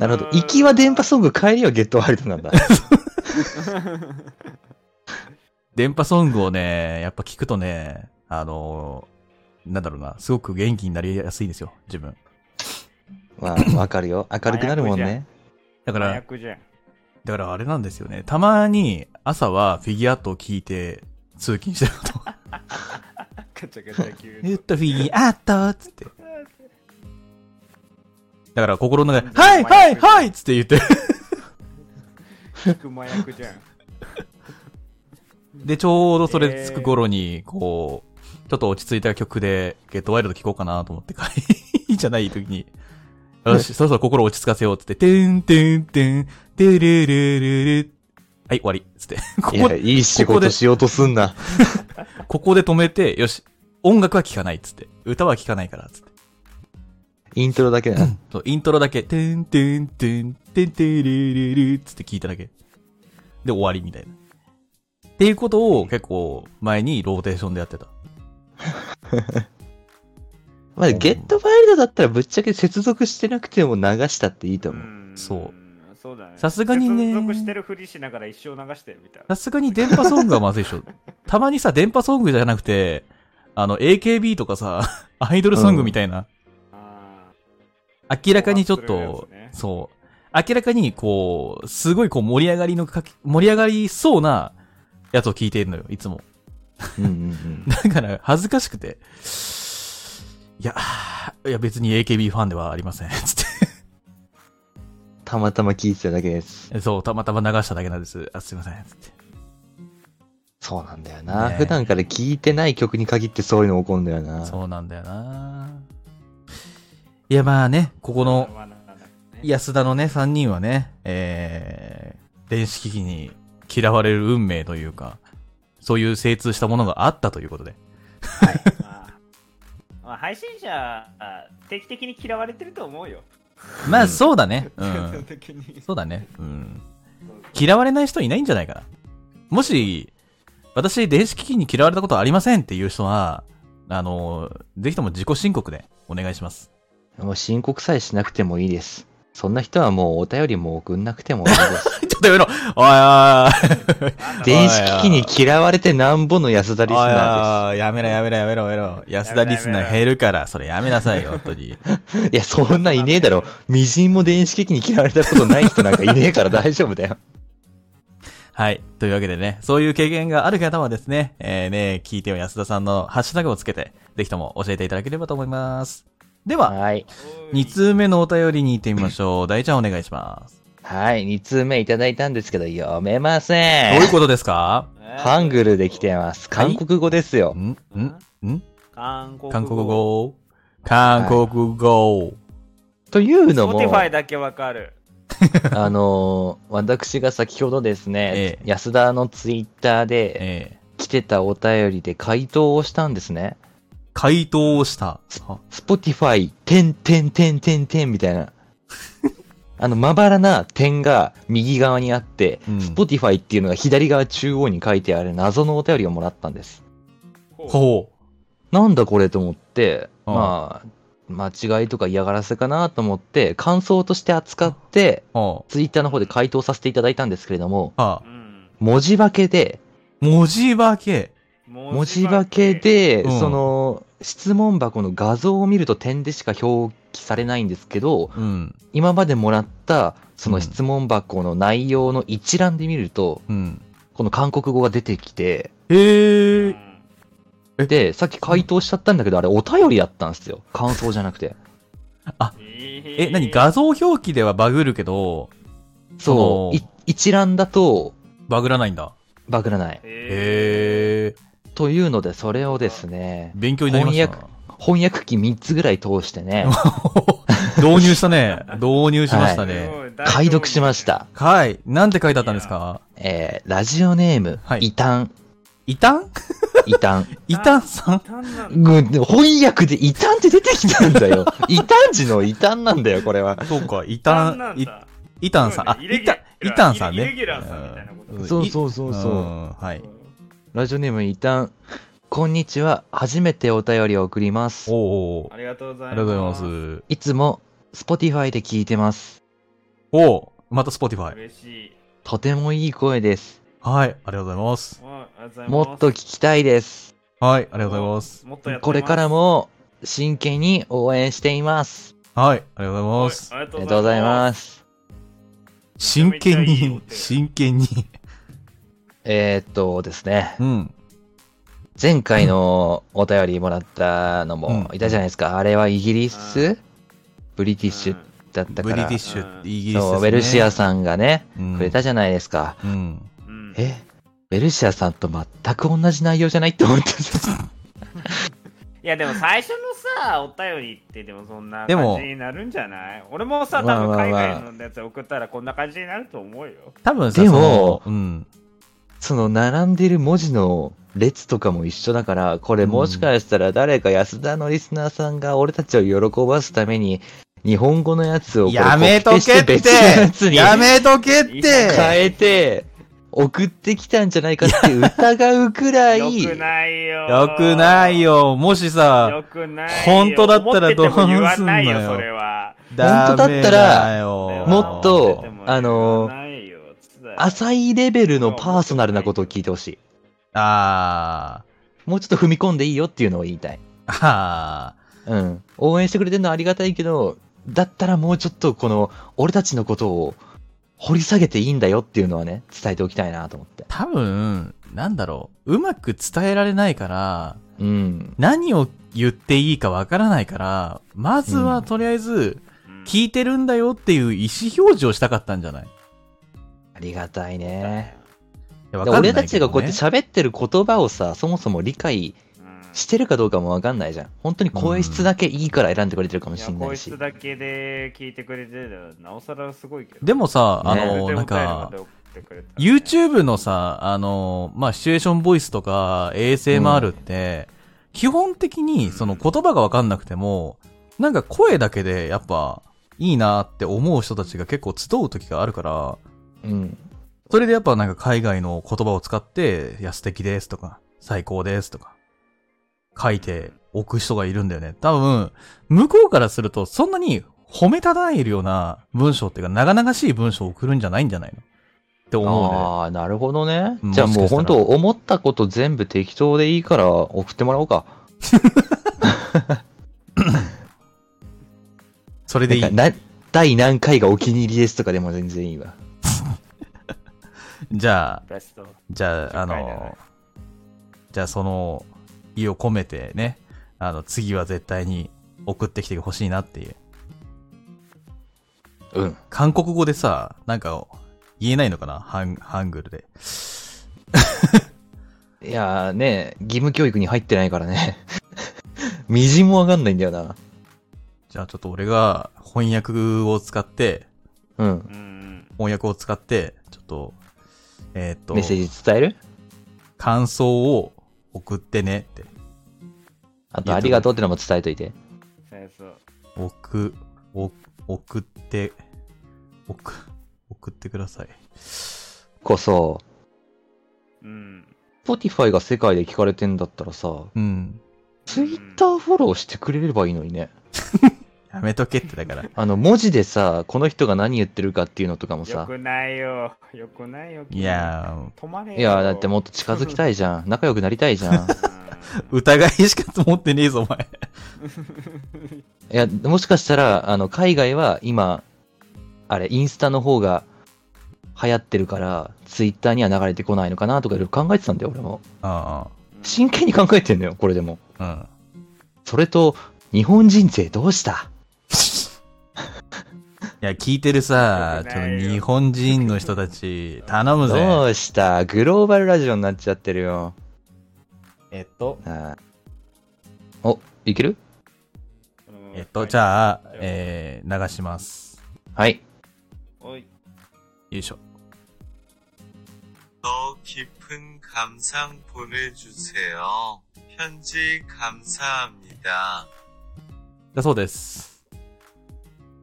S5: なるほど。行きは電波ソング、帰りはゲットワイルドな んだ。
S2: 電波ソングをね、やっぱ聞くとね、あのーなんだろうな、すごく元気になりやすいんですよ、自分。
S5: まあ、わかるよ。明るくなるもんね。
S2: だか
S1: 麻
S2: ら、
S1: 薬じゃん。
S2: だからあれなんですよね。たまに朝はフィギュアートを聞いて通勤してると。
S1: ガチャガチャ急
S2: えっ
S1: に。
S2: と、フィギュアートっつって。だから心の中で、はいはいはいっつって言って。
S1: 聞く麻薬じゃん。。
S2: で、ちょうどそれつく頃に、こう、ちょっと落ち着いた曲で、ゲットワイルド聴こうかなと思って、帰りじゃない時に、よし、そろそろ心落ち着かせようっつって、てんてんてん、てるるるる。はい、終わり。つって。こ
S5: いや、
S2: こ、
S5: いい仕
S2: ここで
S5: 事しようとすんな。
S2: ここで止めて、よし、音楽は聴かない。つって。歌は聴かないから。つって。
S5: イントロだけだ。
S2: そうイントロだけ、てんてんてん、てんてるるる。つって聞いただけ。で、終わりみたいな。っていうことを結構前にローテーションでやってた。
S5: まあ、ゲットワイルドだったらぶっちゃけ接続してなくても流したっていいと思う。
S2: そう
S1: そうだね。
S2: さすがにね
S1: 接続してるふりしながら一生流してみたいな。
S2: さすがに電波ソングはまずい でしょ。たまにさ、電波ソングじゃなくて、あの、AKB とかさ、 アイドルソングみたいな、
S1: あ
S2: 明らかにちょっ
S1: そうなん
S2: と、
S1: ですね
S2: そう、明らかにこう、すごいこう盛り上がりのかけ、盛り上がりそうなやつを聞いているのよ、いつも。
S5: うんうんうん。
S2: だから、恥ずかしくて。いや、いや別に AKB ファンではありません。つって
S5: たまたま聞いてただけです。
S2: そう、たまたま流しただけなんです。あすいません。つって。
S5: そうなんだよな。
S2: ねえ
S5: 普段から聞いてない曲に限ってそういうの起こるんだよな。
S2: そうなんだよな。いや、まあね、ここの
S1: ー、まあなんだね
S2: 安田のね、3人はね、えー、電子機器に嫌われる運命というか、そういう精通したものがあったということ で。
S1: まあまあ、配信者、あ定期的に嫌われてると思うよ。
S2: まあ、そうだね。 う
S1: 定
S2: ん。
S1: 期的に。
S2: そうだね。うん。嫌われない人いないんじゃないかな。もし、私、電子機器に嫌われたことありませんっていう人は、あの、ぜひとも自己申告でお願いします。
S5: もう申告さえしなくてもいいです。そんな人はもうお便りも送んなくても いいです。
S2: ちょっとやめろおいおい
S5: 電子機器に嫌われてなんぼの安田リス
S2: おい
S5: ナー
S2: おいやめろやめろやめろやめろ。安田リスナー減るから、それやめなさいよ、本当に。
S5: です。いや、そんなんいねえだろ。微塵も電子機器に嫌われたことない人なんかいねえから大丈夫だよ。
S2: はい。というわけでね、そういう経験がある方はですね、えー、ね、聞いてよ安田さんのハッシュタグをつけて、ぜひとも教えていただければと思います。で は、
S5: はい。
S2: 2通目のお便りに行ってみましょう。大ちゃんお願いします。
S5: はい。2通目いただいたんですけど、読めませ
S2: どうんい。うことですか
S5: ハングルで来てます。
S2: はい
S5: 韓国語ですよ
S2: ん。んん
S1: 韓国
S2: 韓国。語韓国語、
S5: というのも、
S1: Spotify だけわかる。
S5: あのー私が先ほどですね
S2: ええ、
S5: 安田のツイッターで
S2: えー、
S5: 来てたお便りで回答をしたんですね。
S2: 回答をした。あ
S5: Spotify、点点点点点みた いな。あの、まばらな点が右側にあって、
S2: うん
S5: Spotify っていうのが左側中央に書いてある謎のお便りをもらったんです。
S2: ほう。
S5: なんだこれと思って、
S2: うん
S5: まあ、間違いとか嫌がらせかなと思って、感想として扱って、
S2: は
S5: ツイッターの方で回答させていただいたんですけれども、
S2: あ、はあ
S1: う、ん。
S5: 文字化けで、
S2: 文字化け。
S1: 文
S5: 文字化け。で、
S2: うん
S5: その、質問箱の画像を見ると点でしか表記されないんですけど、
S2: うん。
S5: 今までもらった、そ
S2: うん
S5: の質問箱の内容の一覧で見ると、
S2: うん。
S5: この韓国語が出てきて、
S2: へ
S1: う
S2: え。
S1: ん
S5: で、さっき回答しちゃったんだけど、あれお便りだったんですよ。感想じゃ なくて。
S2: え、何画像表記ではバグるけど、
S5: そう。い一覧だと、
S2: バグらないんだ。
S5: バグらない。
S1: え
S2: へえ。
S5: というので、それをですね、
S2: 勉強になりましたな。
S5: 翻訳機3つぐらい通し てね、
S2: 導入したね。導入しました
S1: ー
S2: ね。
S5: 解読しまし。た。
S2: はい。なんて書いてあったんですか
S5: えー、ラジオネーム、
S2: はい
S5: 異端、
S2: 異端
S5: 異端。
S2: 異端さん
S1: 単なる
S5: うん、でも翻訳で異端って出てきたんだ よ。異端児の異端なんだよ、これは。
S2: そうか、異
S1: 単な
S2: 端
S1: ん、
S2: い
S1: だ
S2: 異端さん。あ、
S1: そうねイレ
S2: 異
S1: ギュラ
S2: 端異
S1: ー、
S2: 端さんね。
S1: イレギュラーさんみたいなこと
S2: ん
S5: そうそうそうそう
S2: うんはい。
S5: ラジオネーム異端。こんにちは。初めてお便りを送ります。
S2: おうおう
S1: ありがとうござ
S2: ありが
S1: います
S2: とうございます。
S5: いつも、Spotify で聞いてます。
S2: おうまた Spotify。
S1: 嬉しい
S5: とてもいい声です。
S2: はい、ありがとうございます。
S1: おありがとうございます
S5: もっと聞きたいです。
S2: はい、ありがとうございます。
S1: もっとやってます
S5: これからも、真剣に応援しています。
S2: はい、ありがとうござい
S1: おい
S2: ます。
S1: あり
S5: ありがとうござい
S1: す
S5: ます。
S2: 真剣
S1: めちゃめちゃいいお
S2: に、
S1: 手
S2: 真剣に。
S5: えー、っとですね、
S2: うん。
S5: 前回のお便りもらったのも
S2: うん
S5: いたじゃないですか。あれはイギリスブリティッシュだった
S2: ブリ
S5: か
S2: テ
S5: ら
S2: ィッ。シュってイギリスです、ね。
S5: そう、ウェルシアさんがね、
S2: うん。
S5: くれたじゃないですか。
S2: うん。
S1: うん
S5: え、ウェルシアさんと全く同じ内容じゃないって思って
S1: いやでも最初のさお便りってでもそんな
S2: でも
S1: 感じになるんじゃない俺もさ
S5: まあ
S1: 多分
S5: まあ
S1: 海
S5: まあ
S1: 外のやつ送ったらこんな感じになると思うよ
S2: 多分さ
S5: でも
S2: そのうん。
S5: その並んでる文字の列とかも一緒だから、これもしかしたら誰か安田のリスナーさんが俺たちを喜ばすために、日本語のやつをこれ
S2: やめと
S5: コピペし
S2: けって
S5: 別のやつに
S2: やめとけっ
S1: いい
S2: て
S1: か
S5: 変えて、送ってきたんじゃないかって疑うくらい、
S1: よくないよ
S2: よくないよ。もしさ
S1: よ、くないよ
S2: 本当だったらどうすんのよ
S1: 思ってても言わないよそれは
S2: ダ
S5: 本当
S2: メ
S5: だった
S2: だ
S5: ら
S2: よ。
S5: もっとあの
S1: 朝
S5: 浅いレベルのパーソナルなことを聞いてほしい。
S2: あ
S5: もうちょっと踏み込んでいいよっていうのを言いたい。
S2: ー。はあ
S5: うん。応援してくれてるのはありがたいけど、だったらもうちょっとこの、俺たちのことを掘り下げていいんだよっていうのはね、伝えておきたいなと思って。
S2: 多分、なんだろう。うまく伝えられないから、
S5: うん。
S2: 何を言っていいかわからないから、まずはとりあえず、聞いてるんだよっていう意思表示をしたかったんじゃないい
S5: ありがたいね。
S2: やわ
S5: で
S2: かんないけどね
S5: 俺たちがこうやって喋ってる言葉をさ、そもそも理解してるかどうかもわかんないじゃん。本当に声質だけいいから選んでくれてるかも
S1: い
S5: し
S1: や
S5: んな
S1: こ
S5: い
S1: い
S5: し。
S1: つだけで聞いてくれてるのはなおさらすごいけど
S2: でもさ、あ
S5: ね
S2: の、
S1: で
S2: なん
S1: お
S2: か
S1: 便りまで、送ってくれたらね
S2: YouTube のさ、あの、まあ、シチュエーションボイスとか ASMR って、基本的にその言葉がわかんなくても、なんか声だけでやっぱいいなって思う人たちが結構集う時があるから、
S5: うん。
S2: それでやっぱなんか海外の言葉を使って、いや素敵ですとか、最高ですとか、書いておく人がいるんだよね。多分、向こうからするとそんなに褒めたたえるような文章っていうか、長々しい文章を送るんじゃないんじゃないのって思うね。
S5: ああ、なるほどね
S2: うん。
S5: じゃあ
S2: もし
S5: も
S2: か
S5: う
S2: したら
S5: 本当思ったこと全部適当でいいから送ってもらおうか。
S2: それでいい
S5: なん。かな第何回がお気に入りですとかでも全然いいわ。
S2: じゃあ、
S1: ベスト
S2: じゃあ、あ
S1: 10回だね
S2: の、じゃあその意を込めてね、あの、次は絶対に送ってきてほしいなっていう。
S5: うん。
S2: 韓国語でさ、なんか言えないのかなハン、ハングルで。
S5: いやーね、義務教育に入ってないからね。 みじんもわかんないんだよな。
S2: じゃあちょっと俺が翻訳を使って、
S5: うん。
S1: うん
S2: 翻訳を使って、ちょっと、えーっと
S5: メッ、セージ伝える
S2: 感想を送ってねって。
S5: あと、ありがとうってのも伝えといて。
S1: そうそう
S2: 送、お送って、送、送ってください。
S5: こそ、
S1: うん、
S5: Spotify が世界で聞かれてんだったらさ、
S2: うん。
S5: Twitter フォローしてくれればいいのにね。
S2: やめとけってだから。
S5: あの、文字でさ、この人が何言ってるかっていうのとかも
S1: よ
S5: さ、
S1: くないよよくないよ
S2: いやー、
S1: 止まれよ
S5: いやーだってもっと近づきたいじゃん。仲良くなりたいじゃん。
S2: 疑いしか持ってねえぞ、お前。
S5: いや、もしかしたら、あの、海外は今、あれ、インスタの方が流行ってるから、ツイッターには流れてこないのかなとかいろいろ考えてたんだよ、俺も。
S2: あ
S5: 真剣に考えてんのよ、これでも。
S2: あ、 うん。
S5: それと、日本人勢どうした
S2: いや、聞いてるさ
S1: よ、く
S2: ちょ
S1: ない
S2: っ
S1: よ
S2: と日本人の人たち、頼む
S5: ど
S2: ぜ。
S5: うしたグローバルラジオになっちゃってるよ。
S2: えっと、
S5: ああお、いける
S1: う ん
S2: えっと、じゃあ、えー、流します。
S5: はい。
S1: おい
S2: よいしょ。
S7: 더 깊은 감상 보내주세요. 편지 감사합니다.
S2: だそうです。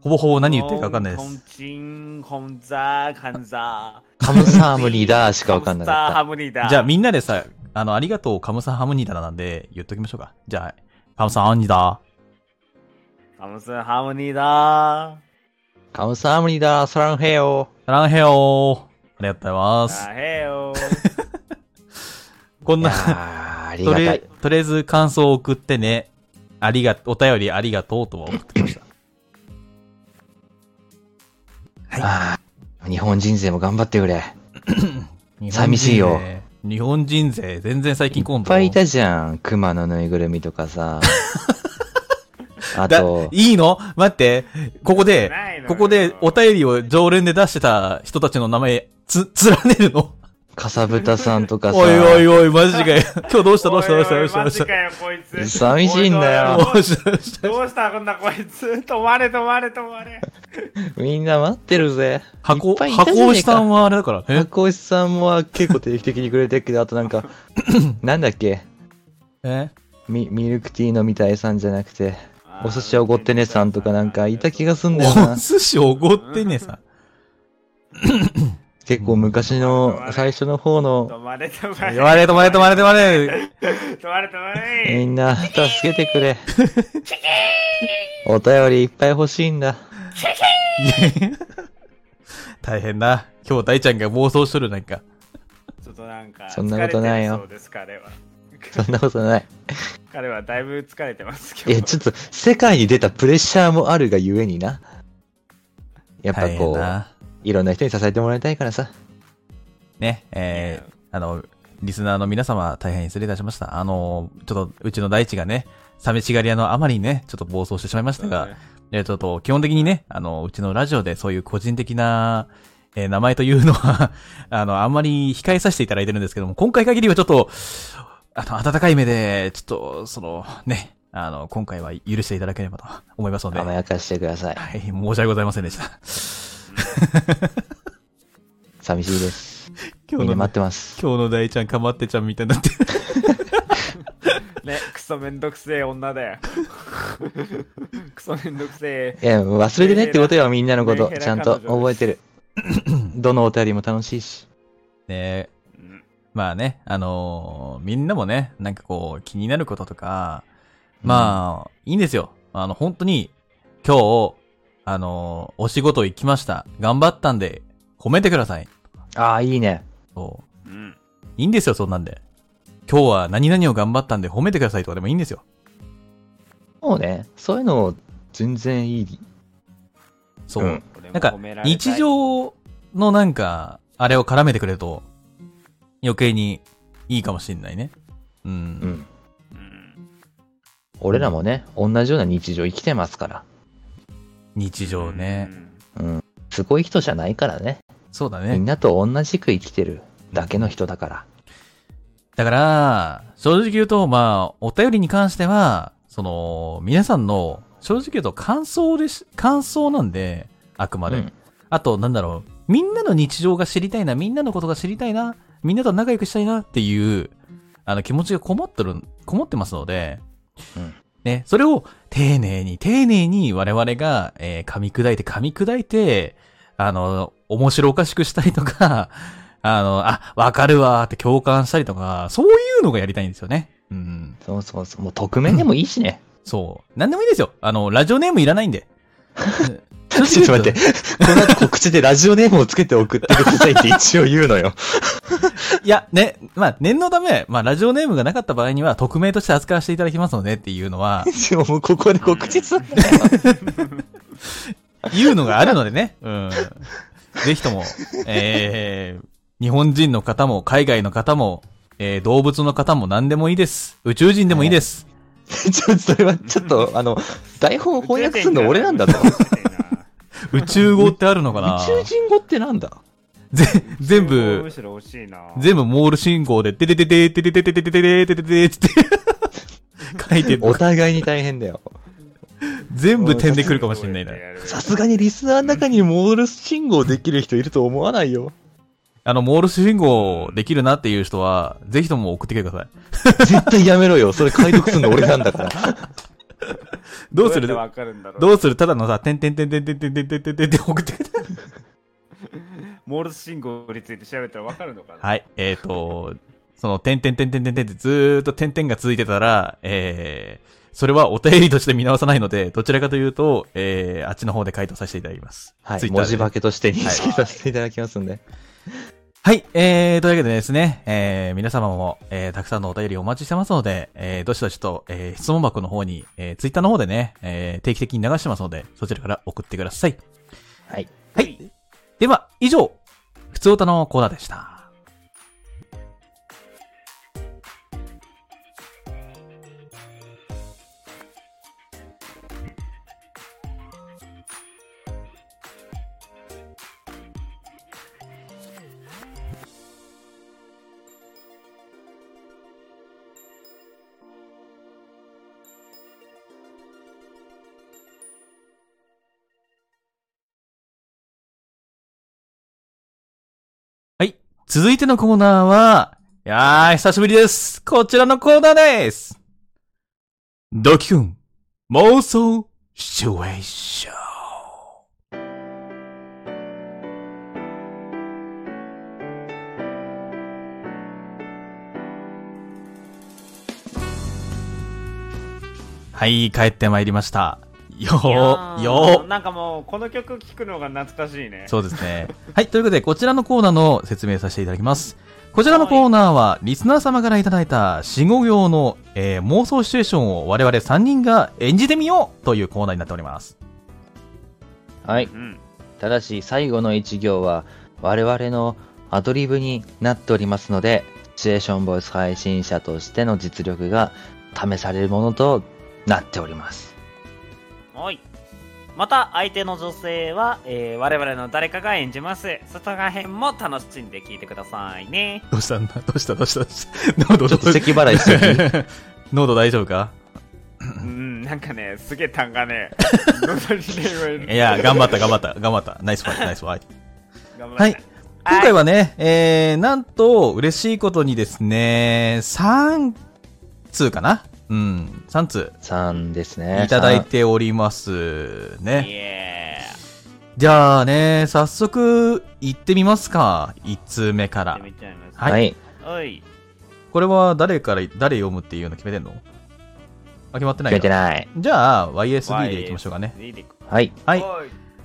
S2: ほぼほぼ何言ってるか分かんないで
S1: ホン
S2: す。
S1: チン、ホンザー、カンザー。
S5: カムサームニーだーしかわかんな
S1: カムサー
S5: か
S1: ハ
S5: っ
S1: ムニダ。
S2: じゃあみんなでさ、あの、ありがとう、カムサハムニダなんで言っときましょうか。じゃあ、カムサハムニダ。
S1: カムサーハムニダ。
S5: た。カムサームニーだー、ソランヘ ヨ
S2: ランヘヨー。ありがとうございます。
S1: あへよ。
S2: こん
S5: ー。
S2: な、
S5: あー、あり が
S2: とり
S5: た
S2: あ
S5: い。
S2: とりあえず感想を送ってね。ありが、お便りありがとうとは送ってきました。
S5: あー日本人勢も頑張ってくれ。い
S2: 日本人勢
S5: 寂しいよ。
S2: 日本人勢、全然最近今
S5: っ
S2: 度。
S5: ぱいいたじゃん。熊のぬいぐるみとかさ。あ
S2: だ
S5: と、
S2: いいの待って、ここで
S1: ないの、よ
S2: ここでお便りを常連で出してた人たちの名前、つ、連ねるの
S5: かさぶたさんとかさ。
S2: おいおいおい、マジか よ。今日どうしたどうしたどうしたど
S1: おいお
S2: う
S1: い
S2: したど
S1: マ
S2: うし
S1: ジ
S2: た
S1: かよ、こいつ。
S5: 寂しいんだよ
S2: どうしたどうした
S1: どうしたこんなこいつ。止まれ、止まれ、止まれ。
S5: みんな待ってるぜ。い
S2: 箱、
S5: っぱいいたじゃねえ
S2: 箱
S5: か
S2: 押しさんはあれだから。え
S5: 箱石さんも結構定期的にくれてるけど、あとな んか、なんだっけ
S2: え
S5: ミミルクティー飲みたいさんじゃなくて、お寿司おごってねさんとかなんかいた気がすんだよ
S2: お
S5: な。
S2: 寿司おごってねさ。
S5: 結構昔の最初の方の
S1: 止まれ、止まれ。
S2: 止まれ止まれ止まれ止まれ。
S1: 止まれ、止ま
S5: み
S1: れ。
S5: んな助けて くれ。お便りいっぱい欲しいんだ。
S2: 大変だ。今日大ちゃんが妄想しとるなんか。
S1: ちょっとなんか、
S5: そんなことないよ
S1: 疲れてるそうです、彼は。
S5: そんなことない。
S1: 彼はだいぶ疲れてますけ
S5: い
S1: ど。
S5: や、ちょっと世界に出たプレッシャーもあるがゆえにな。やっぱ
S2: 大変
S5: こう、
S2: だ。
S5: いろんな人に支えてもらいたいからさ。
S2: ね、えー、あの、リスナーの皆様大変失礼いたしました。あの、ちょっとうちの大地がね、寂しがり屋のあまりにね、ちょっと暴走してしまいましたが、えーちょっと、基本的にね、あの、うちのラジオでそういう個人的な、えー名前というのは、 あの、あんまり控えさせていただいてるんですけども、今回限りはちょっと、あの、温かい目で、ちょっと、その、ね、あの、今回は許していただければと思いますので、
S5: 甘
S2: はい、
S5: やかしてください。
S2: 申し訳ございませんでした。
S5: 寂し いです。
S2: 今
S5: みん
S2: 日
S5: な
S2: の
S5: 待っ、てます。
S2: 今日の大ちゃんかまってちゃんみたいになってる。
S1: ね、クソめんどくせえ女だよ。 クソめんどくせ
S5: いや、忘れてないってことよ、みんなのこ
S1: メ
S5: と。
S1: ンヘラ
S5: ちゃんと
S1: 彼女
S5: 覚 えてる。どのお便りも楽しいし。
S2: ね
S1: え。うん
S2: まあね、あのーみんなもね、なんかこう、気になることとか、まあ、いいんですよ。あの、本当に、今日、あのーお仕事行きました。頑張ったんで、褒めてください。
S5: ああ、いいね。
S2: そ
S1: うん。
S2: う。いいんですよ、そんなんで。今日は何々を頑張ったんで褒めてくださいとかでもいいんですよ。
S5: もうね、そういうの、全然いい。
S2: そう。
S5: うん
S1: 俺も
S2: なんか
S1: 褒めら、れたい
S2: 日常のなんか、あれを絡めてくれると、余計にいいかもしんないね。う。
S5: うんん。
S1: うん
S5: 俺らもね、同じような日常生きてますから。
S2: 日常ね。
S1: うん
S5: うん。すごい人じゃないからね。
S2: そうだ
S5: み
S2: ね
S5: ん。なと同じく生きてるだけの人だから。
S2: だから、正直言うと、まあ、お便りに関しては、その、皆さんの、正直言うと感想でし、感想なんで、あくまで。
S5: うん
S2: あと、なんだろう、みんなの日常が知りたいな、みんなのことが知りたいな、みんなと仲良くしたいなっていう、あの、気持ちがこもってる、こもってますので、
S5: うん
S2: ね、それを丁寧に、丁寧に我々が、えー噛み砕いて、噛み砕いて、あの、面白おかしくしたりとか、あの、あ、わかるわーって共感したりとか、そういうのがやりたいんですよね。うん。
S5: そうそうそう。もう匿名でもいいしね。
S2: そう。なんでもいいですよ。あの、ラジオネームいらないんで。ちょ
S5: ちょっと待って。。この後告知でラジオネームをつけて送ってくださいって一応言うの よ。
S2: いや、ね、まあ、念のため、まあ、ラジオネームがなかった場合には、匿名として扱わせていただきますのでっていうの は、
S5: でももうここで告知すんなよ。
S2: いうのがあるのでね。うん。ぜひとも、えー、日本人の方も、海外の方も、えー、動物の方も何でもいいです。宇宙人でもいいです。
S5: ちょ、それはちょっと、あの、台本翻訳すんの俺なんだぞ。
S2: 宇宙語ってあるのかな
S5: 宇宙人語ってなんだ
S2: ぜ全
S1: む
S2: 部、
S1: しろ欲しいな。
S2: 全部モール信号で、てててててててててててててててて書いて、
S5: お互いに大変だよ。
S2: 全部点でくるかもしれないな。
S5: さすがにリスナーの中にモールス信号できる人いると思わないよ。
S2: あの、モールス信号できるなっていう人は、ぜひとも送ってきてください。
S5: 絶対やめろよ。それ解読するの俺なんだから。
S2: どうする
S1: どうやってわかるんだろう。
S2: どうするただのさ、てんてんてんてんてんてんてんてんてんてんてん送ってきて。
S1: モールス信号について調べたらわかるのかな。
S2: はい、えっ、ー、と、その、てんてんてんてんてんてんってずーっと点々が続いてたら、えー、それはお便りとして見直さないので、どちらかというと、えー、あっちの方で回答させていただきます。
S5: はい。
S2: Twitter で
S5: 文字化けとして認識させていただきますんで。
S2: はい、えー、というわけでですね、えー、皆様も、えー、たくさんのお便りお待ちしてますので、えー、どしどしと、えー、質問箱の方に、えー、ツイッターの方でね、えー、定期的に流してますので、そちらから送ってください。
S5: はい。
S2: はい。では、以上、普通歌のコーナーでした。続いてのコーナーは、いやー、久しぶりです。こちらのコーナーです。ドキュン、妄想、シチュエーション。はい、帰ってまいりました。よ
S1: いや
S2: ー、
S1: ー
S2: よー。
S1: なんかもう、この曲聴くのが懐かしいね。
S2: そうですね。はい、ということで、こちらのコーナーの説明させていただきます。こちらのコーナーは、リスナー様からいただいた死後用の、えー妄想シチュエーションを我々3人が演じてみようというコーナーになっております。
S5: はい。
S1: うん。
S5: ただし、最後の一行は、我々のアドリブになっておりますので、シチュエーションボイス配信者としての実力が試されるものとなっております。
S6: はい。また、相手の女性は、えー我々の誰かが演じます。外側編も楽しんで聞いてくださいね。
S2: どうしたんだどうしたどうしたどうした喉
S5: ちょっと咳払いしてる。
S2: 喉大丈夫か
S1: うん、なんかね、すげえ単が ね、喉にね、言われる
S2: いや、頑張った頑張った頑張った。ナイスファイト、ナイスファイト。
S1: 頑張っ
S2: は
S1: た
S2: い。今回はね、えー、なんと、嬉しいことにですね、3通かなうん、3通
S5: 3ですね。
S2: いただいておりますね。
S1: イエ
S2: じゃあね、早速、行ってみますか。1通目か
S1: ーイ。
S2: ら
S1: や。めちゃいます。
S5: 3。
S2: は
S5: はい。
S1: おい。
S2: これは誰から、誰読むっていうの決めてんのあ、決まってない
S5: 決
S2: か
S5: めてない。
S2: じゃあ、YSD で行きましょうかね。
S1: いいでこ
S5: はい。
S2: はい
S1: おい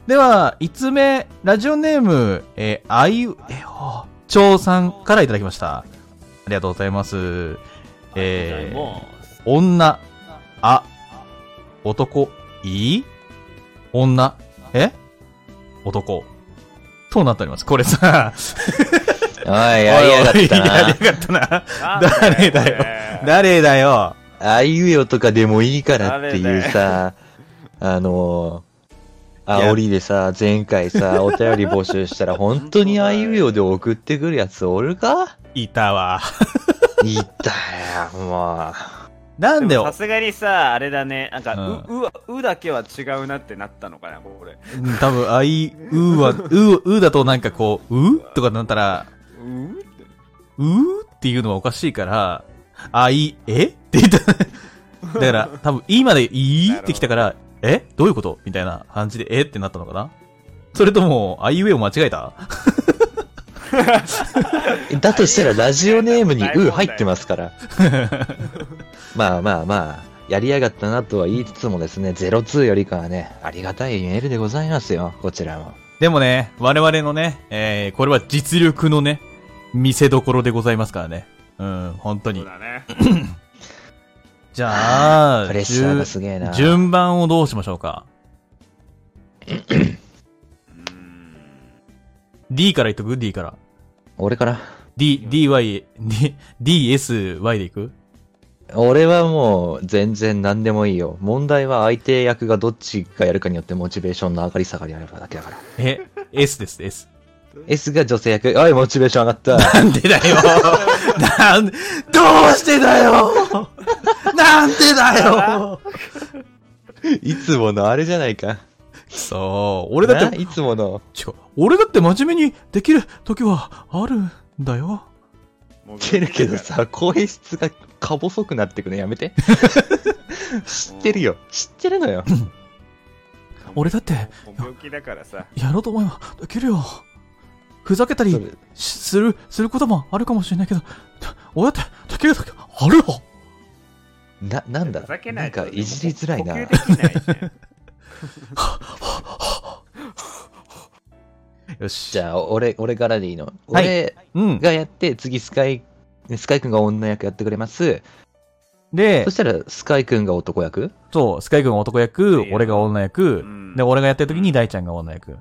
S2: では、1通目、ラジオネーム、えー、あいう、えー、蝶さんからいただきました。ありがとうございます。えー、
S1: も
S2: 女、あ、男、いい女、え男、となっております。これさ、
S5: おい、やりやがった
S2: や
S5: な。
S2: りやがったな。
S1: うなんだ
S2: 誰だよ
S1: よこれ
S2: 誰だよ。
S5: あいうえおとかでもいいからっていうさ、あの
S2: い
S5: ー、
S2: や
S5: 煽りでさ、前回さ、お便り募集したら、本当にあいうえおで送ってくるやつおるか
S2: いたわ。
S5: いたよ、も
S2: なんで
S1: でも
S2: よ
S1: さ。すがにさ、あれだね、なんか、
S2: う
S1: う、うは、うだけは違うなってなったのかな、これ。
S2: うん多分、あい、うは、う、うだとなんかこう、うとかなったら、
S1: うん
S2: うっていうのはおかしいから、あい、えって言った。だから、多分、いまでいいってきたから、えどういうことみたいな感じで、えってなったのかなそれとも、あいうえを間違えた
S5: う。だとしたら、ラジオネームにう入ってま すから。まあまあまあ、やりやがったなとは言いつつもですね、02よりかはね、ありがたいメールでございますよ、こちらも。
S2: でもね、我々のね、えー、これは実力のね、見せどころでございますからね。うん、本当
S1: そう
S2: に。
S1: だね。
S2: じゃあ、
S5: プレッシャーがすげえな。
S2: 順番をどうしましょうか D からいっとく ?D から。
S5: 俺から
S2: D、DY、D、DSY でいく
S5: 俺はもう全然何でもいいよ。問題は相手役がどっちがやるかによってモチベーションの上がり下がりあればだけだから。
S2: え、S です、S。
S5: S が女性役。おい、モチベーション上がっ た。
S2: なんでだよなん、どうしてだよなんでだよ
S5: いつものあれじゃないか。
S2: そう、俺だっ
S5: な
S2: て、
S5: いつもの。
S2: ちょ俺だって真面目にできる時はあるんだよ。
S1: もう
S5: いけるけどさ、 声質がか細くなってくのやめ て。知ってるよ。知ってるのよ。
S2: 俺だって
S1: もう病気だからさ
S2: やろうと思えばできるよ。ふざけたり
S5: それ
S2: しする、することもあるかもしれないけど、俺だってできる時あるよ。
S5: な、なんだ
S1: ふざけなん
S5: な
S1: いと
S5: かいじりづらいな。
S1: 呼吸できないじゃん
S2: よし。
S5: じ
S2: あ、
S5: ゃあ、俺、俺からでいいの。
S2: はい
S5: 俺
S2: うん。
S5: がやって、次、スカイ、スカイ君が女役やってくれます。
S2: で
S5: そ、したら、スカイ君が男役
S2: そう、スカイ君が男役、俺が女役、
S1: ん
S2: で、俺がやってる時に大ちゃんが女役。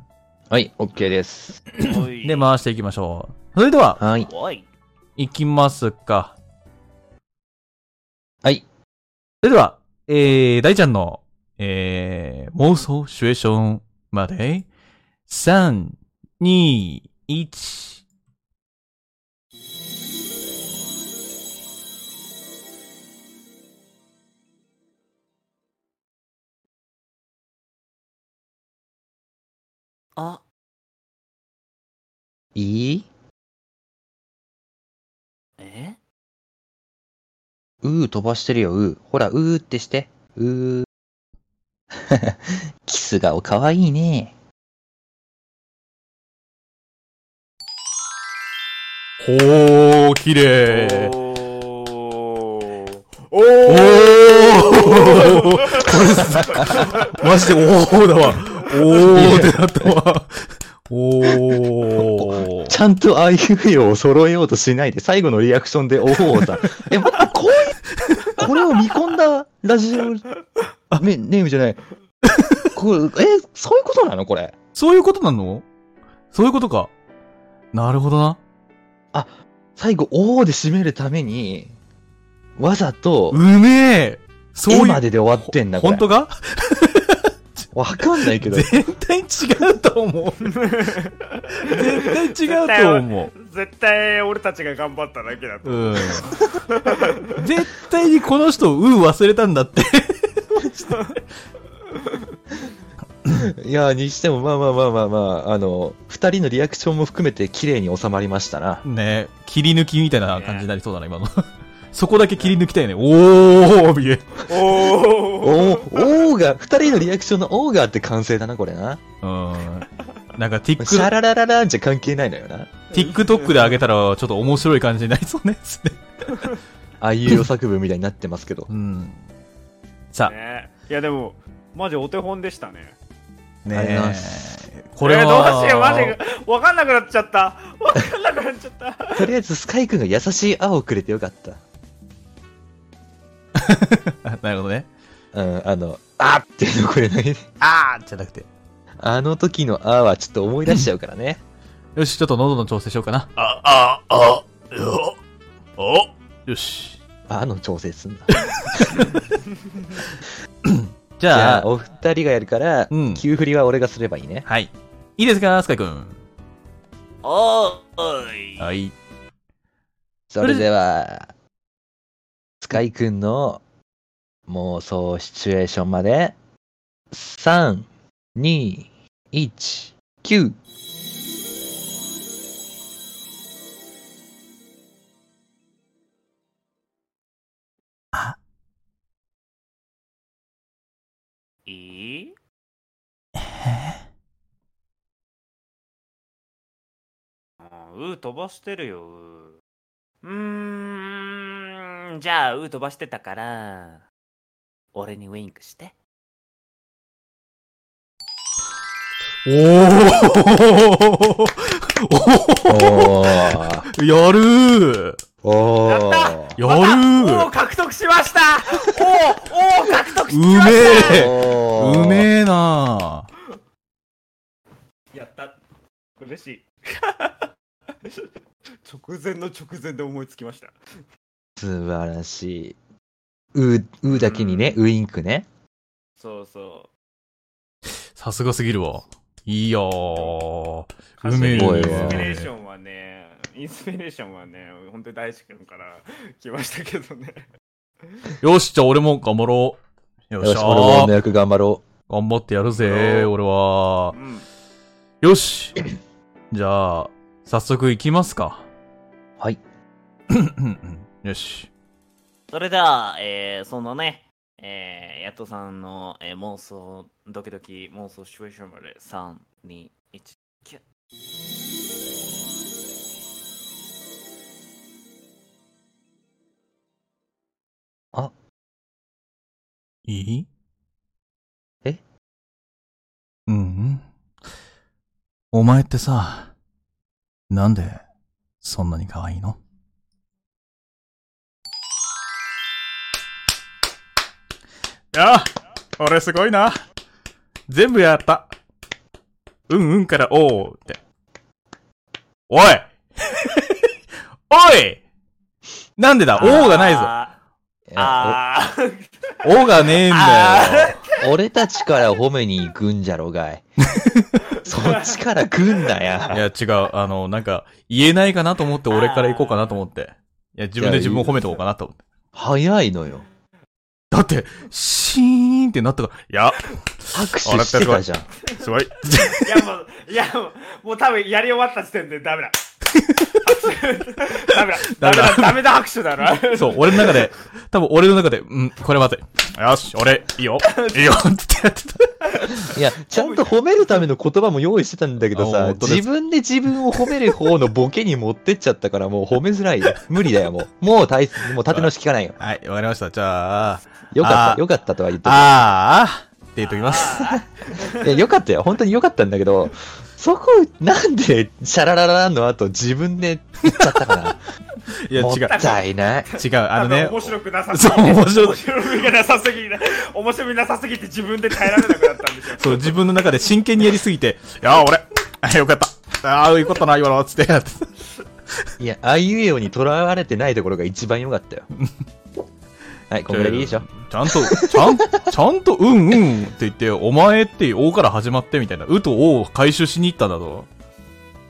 S5: はい、OK です。
S6: おい
S2: で、回していきましょう。それでは、
S5: はい。
S6: おい
S2: いきますか。
S5: はい。
S2: それでは、えー、大ちゃんの、えー、妄想シチュエーションまで、3、2、1。
S6: あ
S5: いい
S6: え
S5: うー飛ばしてるよ、うー。ほら、うーってして。うー。キス顔かわいいね。
S2: ほー、綺麗。
S1: おー
S2: お
S1: お
S2: ーこれ、マジでおーだわ。おーってなったわ。おー。
S5: ちゃんとあいうえおを揃えようとしないで、最後のリアクションで、おおをさ。え、待って、こういう、これを見込んだラジオ、ね、ネームじゃない。これえ、そういうことなのこれ。
S2: そういうことなのそういうことか。なるほどな。
S5: 最後、おおで締めるために、わざと、
S2: うめえそういう。
S5: えまでで終わってんだ、こ
S2: 本
S5: れ
S2: 当。か
S5: わかんないけど。
S2: 絶対違うと思う。絶対違うと思
S1: 絶対俺たちが頑張っただけだ
S2: う。うん。絶対にこの人、うん忘れたんだって。
S5: いやー、にしても、まあまあまあまあまあ、あの、二人のリアクションも含めて綺麗に収まりましたな。
S2: ね切り抜きみたいな感じになりそうだな、今の。そこだけ切り抜きたいね。おー、見え。
S1: お
S5: おー、おーが、二人のリアクションのおーがって完成だな、これな。
S2: うん。なんか
S5: シャ
S2: TikTok
S5: ララララじゃ関係ないのよな。
S2: TikTok で上げたら、ちょっと面白い感じになりそうですね。
S5: あいうえお作文みたいになってますけど
S2: う。ん。さあ、
S1: ねいやでもマジお手本でしたね
S5: ありがとうございま
S2: これは、
S1: えーどうしようマジ分かんなくなっちゃった分かんなくなっちゃった
S5: とりあえず、スカイ君が優しい青をくれてよかった。
S2: あなるほどね。
S5: うん、あの、あーっていうのこれね。
S2: あーじゃなくて。
S5: あの時のあーはちょっと思い出しちゃうからね。
S2: よし、ちょっと喉の調整しようかな。
S8: あ、あ、あ、よ、お、
S2: よし。
S5: あの調整すんな。
S2: じ
S5: じ
S2: ゃ
S5: ゃあ、
S2: あ、
S5: お二人がやるから、
S2: うん
S5: 急振りは俺がすればいいね。
S2: はい。いいですか、スカイくん。
S6: おい
S2: はい。
S5: それでは、スカイくんの妄想シチュエーションまで、3、2、1、9。
S6: いいあうー飛ばしてるようーうーんじゃあうー飛ばしてたから俺にウインクして
S2: おー
S5: おー。
S2: やるー
S5: お
S1: やった
S5: ー。
S2: やる
S1: お
S2: ー
S1: お獲得しましたおお獲得し
S2: う
S1: ました
S2: めえ
S5: おー
S2: うめえなー
S1: やった嬉しい直前の直前で思いつきました
S5: 素晴らしい。う、うだけにね、ウインクね。
S1: そうそ
S2: さすがすぎるわ。いいよー。
S1: う
S2: うめえ
S1: 歌詞
S5: お
S1: にイ
S5: いお
S1: ン
S5: いおい
S1: スピレーションはねインスピレーションはね本当に大志くんから来ましたけどね
S2: よし、じゃあ俺も頑張ろう。よっ
S5: よ
S2: し
S5: し、
S2: ゃ
S5: 俺も
S2: ー。
S5: 女役頑張ろう。
S2: 頑張ってやるぜ、俺は
S1: う。ん。
S2: よしじゃあ、早速行きますか。
S5: はい。
S2: よし。
S6: それでは、えー、そのね、えー、やっとさんの、えー、妄想、ドキドキ妄想シチュエーションまで、3、2、1、キュッ。
S2: いい
S5: え
S2: うんうん。お前ってさ、なんで、そんなに可愛いのいやあ、俺すごいな。全部やった。うんうんからおーって。 おいおいなんでだおーがないぞ。
S6: あ
S5: い
S6: ー
S5: や
S6: あー、
S2: おがねえんだよ。
S5: お俺たちから褒めに行くんじゃろが い。そっちから来んないや。
S2: や、違う。あの、なんか、言えないかなと思って、俺から行こうかなと思って。いや、自分で自分を褒めておこうかなと思って。
S5: 早いのよ。
S2: だって、シーンってなったから、いや、
S5: 拍手してたじゃん。
S2: すごい。
S1: いやもう、いやもう、もう多分やり終わった時点でダメだ。ダメだ。ダメだ。ダメだ拍手だろ。
S2: そう、俺の中で、多分俺の中で、うん、これ待て。よし、俺、いいよ、いいよ、ってやってた。
S5: いや、ちゃんと褒めるための言葉も用意してたんだけど
S2: あ
S5: さ、
S2: 本当です
S5: 自分で自分を褒める方のボケに持ってっちゃったからもう褒めづら いよ。無理だよ、もう。もう大、もう立て直し聞かないよ。
S2: はい、わかりました。じゃあ、
S5: よかっ
S2: あー
S5: た、よかったとは言って
S2: あー、って言っとき ます。
S5: るいや、よかったよ。本当によかったんだけど、そこ、なんで、シャララララの後自分で言っちゃったかな。
S2: いや、違う
S5: も。ったいない。
S2: 違う、あの
S1: 多
S2: ね
S1: 分、面白くなさす
S2: そ
S1: ぎ
S2: う、
S1: て。
S2: 面白い
S1: 面。白みがなさすぎて、面白みなさすぎて自分で耐えられなくなったんでしょ。
S2: そう、自分の中で真剣にやりすぎて、いや、俺、あよかった。ああ、よかったな、今の、つってやってた。
S5: いや、あいうえおにとらわれてないところが一番よか ったよ。はい、こんぐらいでいいでしょ。
S2: ちゃんと、ちゃん、ちゃんと、うんうんって言って、お前って、おから始まってみたいな、うとおを回収しに行ったんだぞ。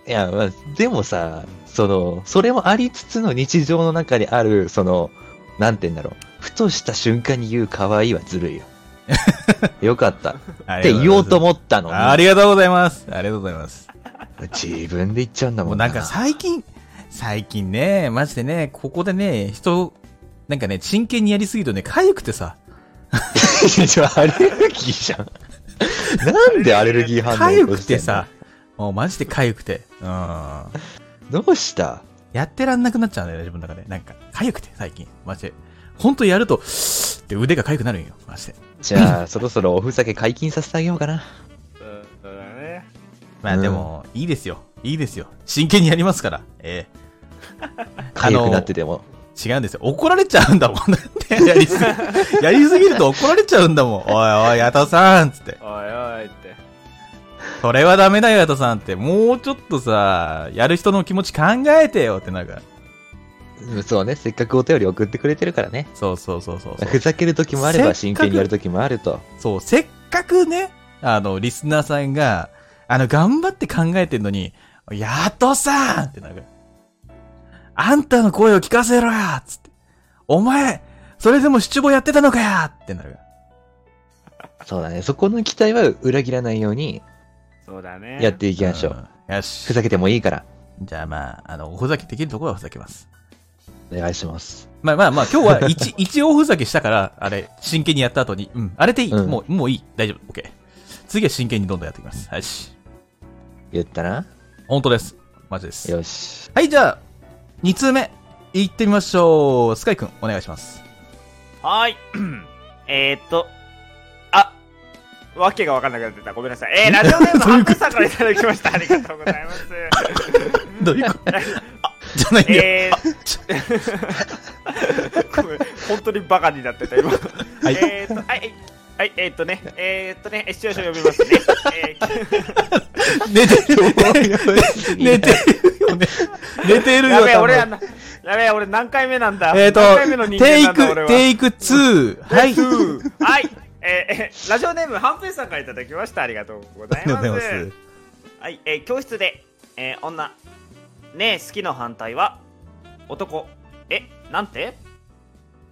S5: いや、まあ、でもさ、その、それもありつつの日常の中にある、その、なんて言うんだろう。ふとした瞬間に言う可愛いは ずるいよ。よかった。って言おうと思ったのに。
S2: ありがとうございます。ありがとうございます。
S5: 自分で言っちゃうんだ
S2: も
S5: も
S2: うんなんか最近、最近ね、マジでね、ここでね、人、なんかね、真剣にやりすぎるとね、痒くてさ、
S5: いやじゃ あアレルギーじゃん。なんでアレルギー反応
S2: 痒
S5: 起こ
S2: く
S5: して
S2: て
S5: んの
S2: さ。、もうマジで痒くて、うん。や
S5: どうした
S2: ってらんなくなっちゃうんだよね、自分の中で。なんか、痒くて、最近。マジで。ほんとやると、って腕が痒くなるんよ、マジで。
S5: じゃあ、そろそろおふざけ解禁させてあげようかな。
S1: そうだね。
S2: まあ
S5: うん
S2: でも、いいですよ。いいですよ。真剣にやりますから。えあの
S5: 痒くなってても。
S2: え違うんですよ。怒られちゃうんだもん。だって やりすぎ、やりすぎると怒られちゃうんだもん。おいおい、ヤトさんつって。
S1: おいおいって。
S2: それはダメだよ、ヤトさんって。もうちょっとさ、やる人の気持ち考えてよってなんか。
S5: うんそうね、せっかくお便り送ってくれてるからね。
S2: そうそうそうそうそう。
S5: ふざける時もあれば、真剣にやる時もあると。
S2: そう、せっかくね、あの、リスナーさんが、あの、頑張って考えてんのに、やっとさんってなんか、あんたの声を聞かせろやつって、お前、それでも七五やってたのかやってなる。
S5: そうだね。そこの期待は裏切らないように
S1: そうだね。
S5: やっていきましょう。
S2: うん。よ
S5: ふ
S2: し。
S5: ざけてもいいから。
S2: じゃあまあ、あの、おふざけできるところはふざけます。
S5: お願いします。
S2: まあまあまあ、今日 は一、一応ふざけしたから、あれ、真剣にやった後に、うん、あれでいい。
S5: うん
S2: もう、もういい。大丈夫。オッケー。次は真剣にどんどんやっていきます。はいし。
S5: 言ったな
S2: 本当です。マジです。
S5: よし。
S2: はい、じゃあ、2通目、行ってみましょう。スカイくん、お願いします。
S6: はー い。えーっと、
S1: わけがわかんなくなってた。ごめんなさい。えー、ラジオネーム、ハッピーさんからいただきました。ありがとうございます。
S2: どういう ことじゃないんだよ。
S1: え ー、ごめん本当にバカになってた、今。
S2: い
S1: えーっと、はい、はい、えーっとね、えーっとね、視聴者呼び ますね。えー
S2: 寝てる。寝てるよね。寝てるよ。
S1: やべえ、
S2: 多分
S1: 俺やな、やべえ、俺何回目なんだ。
S2: えっと
S1: 何回目の、人
S2: テイ
S1: 間なんだ、俺
S2: ク、
S1: は。
S2: テイク2。はい。
S1: はい。えーえーラジオネーム、ハンペイさんからいただきました。ありがとうございます。はい、えー教室で、えー女、ねえ、好きの反対は、男、え、なんて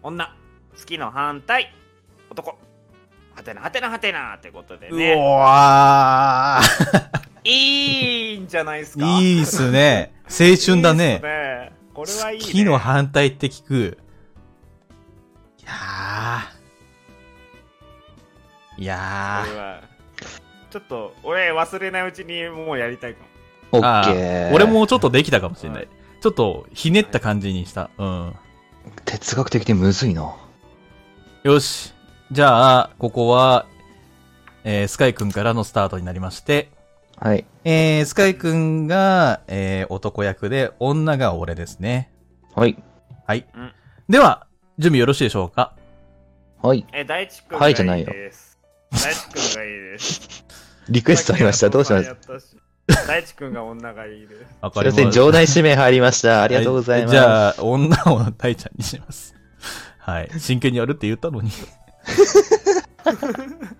S1: 女、好きの反対、男、8てなはてなはてなってことで
S2: う
S1: ね
S2: わー
S1: いいんじゃないですか
S2: いいっすね。青春だ
S1: いいっ
S2: ね
S1: す。ねこれはいい、ね、
S2: 月の反対って聞く。いやー。い
S1: こ
S2: や
S1: れはちょっと俺忘れないうちにもうやりたいかも
S5: オッ
S2: あ
S5: ケ
S2: ー。
S5: ー。
S2: 俺。もちょっとできたかもしれな。
S1: はい
S2: ちょっとひねった感じにした。うん。
S5: 哲学的でむずいな。
S2: よし。じゃあ、ここは、えースカイくんからのスタートになりまして、
S5: はい。
S2: えースカイくんが、えー男役で、女が俺ですね。
S5: はい。
S2: はい。
S1: うん
S2: では、準備よろしいでしょうか
S5: はい。
S1: え大地君
S5: は
S1: がい
S5: いじゃない
S1: い
S5: よ
S1: です大地君がいいです
S5: リ クエストありました。どうします
S1: す大地君が女がいいです
S2: わか
S5: すい
S2: りま
S5: ま
S2: し
S5: せん、
S2: た。
S5: 場内指名入りました。ありがとうございます。
S2: じゃあ、女を大ちゃんにし ます。はい。真剣にやるって言ったのに。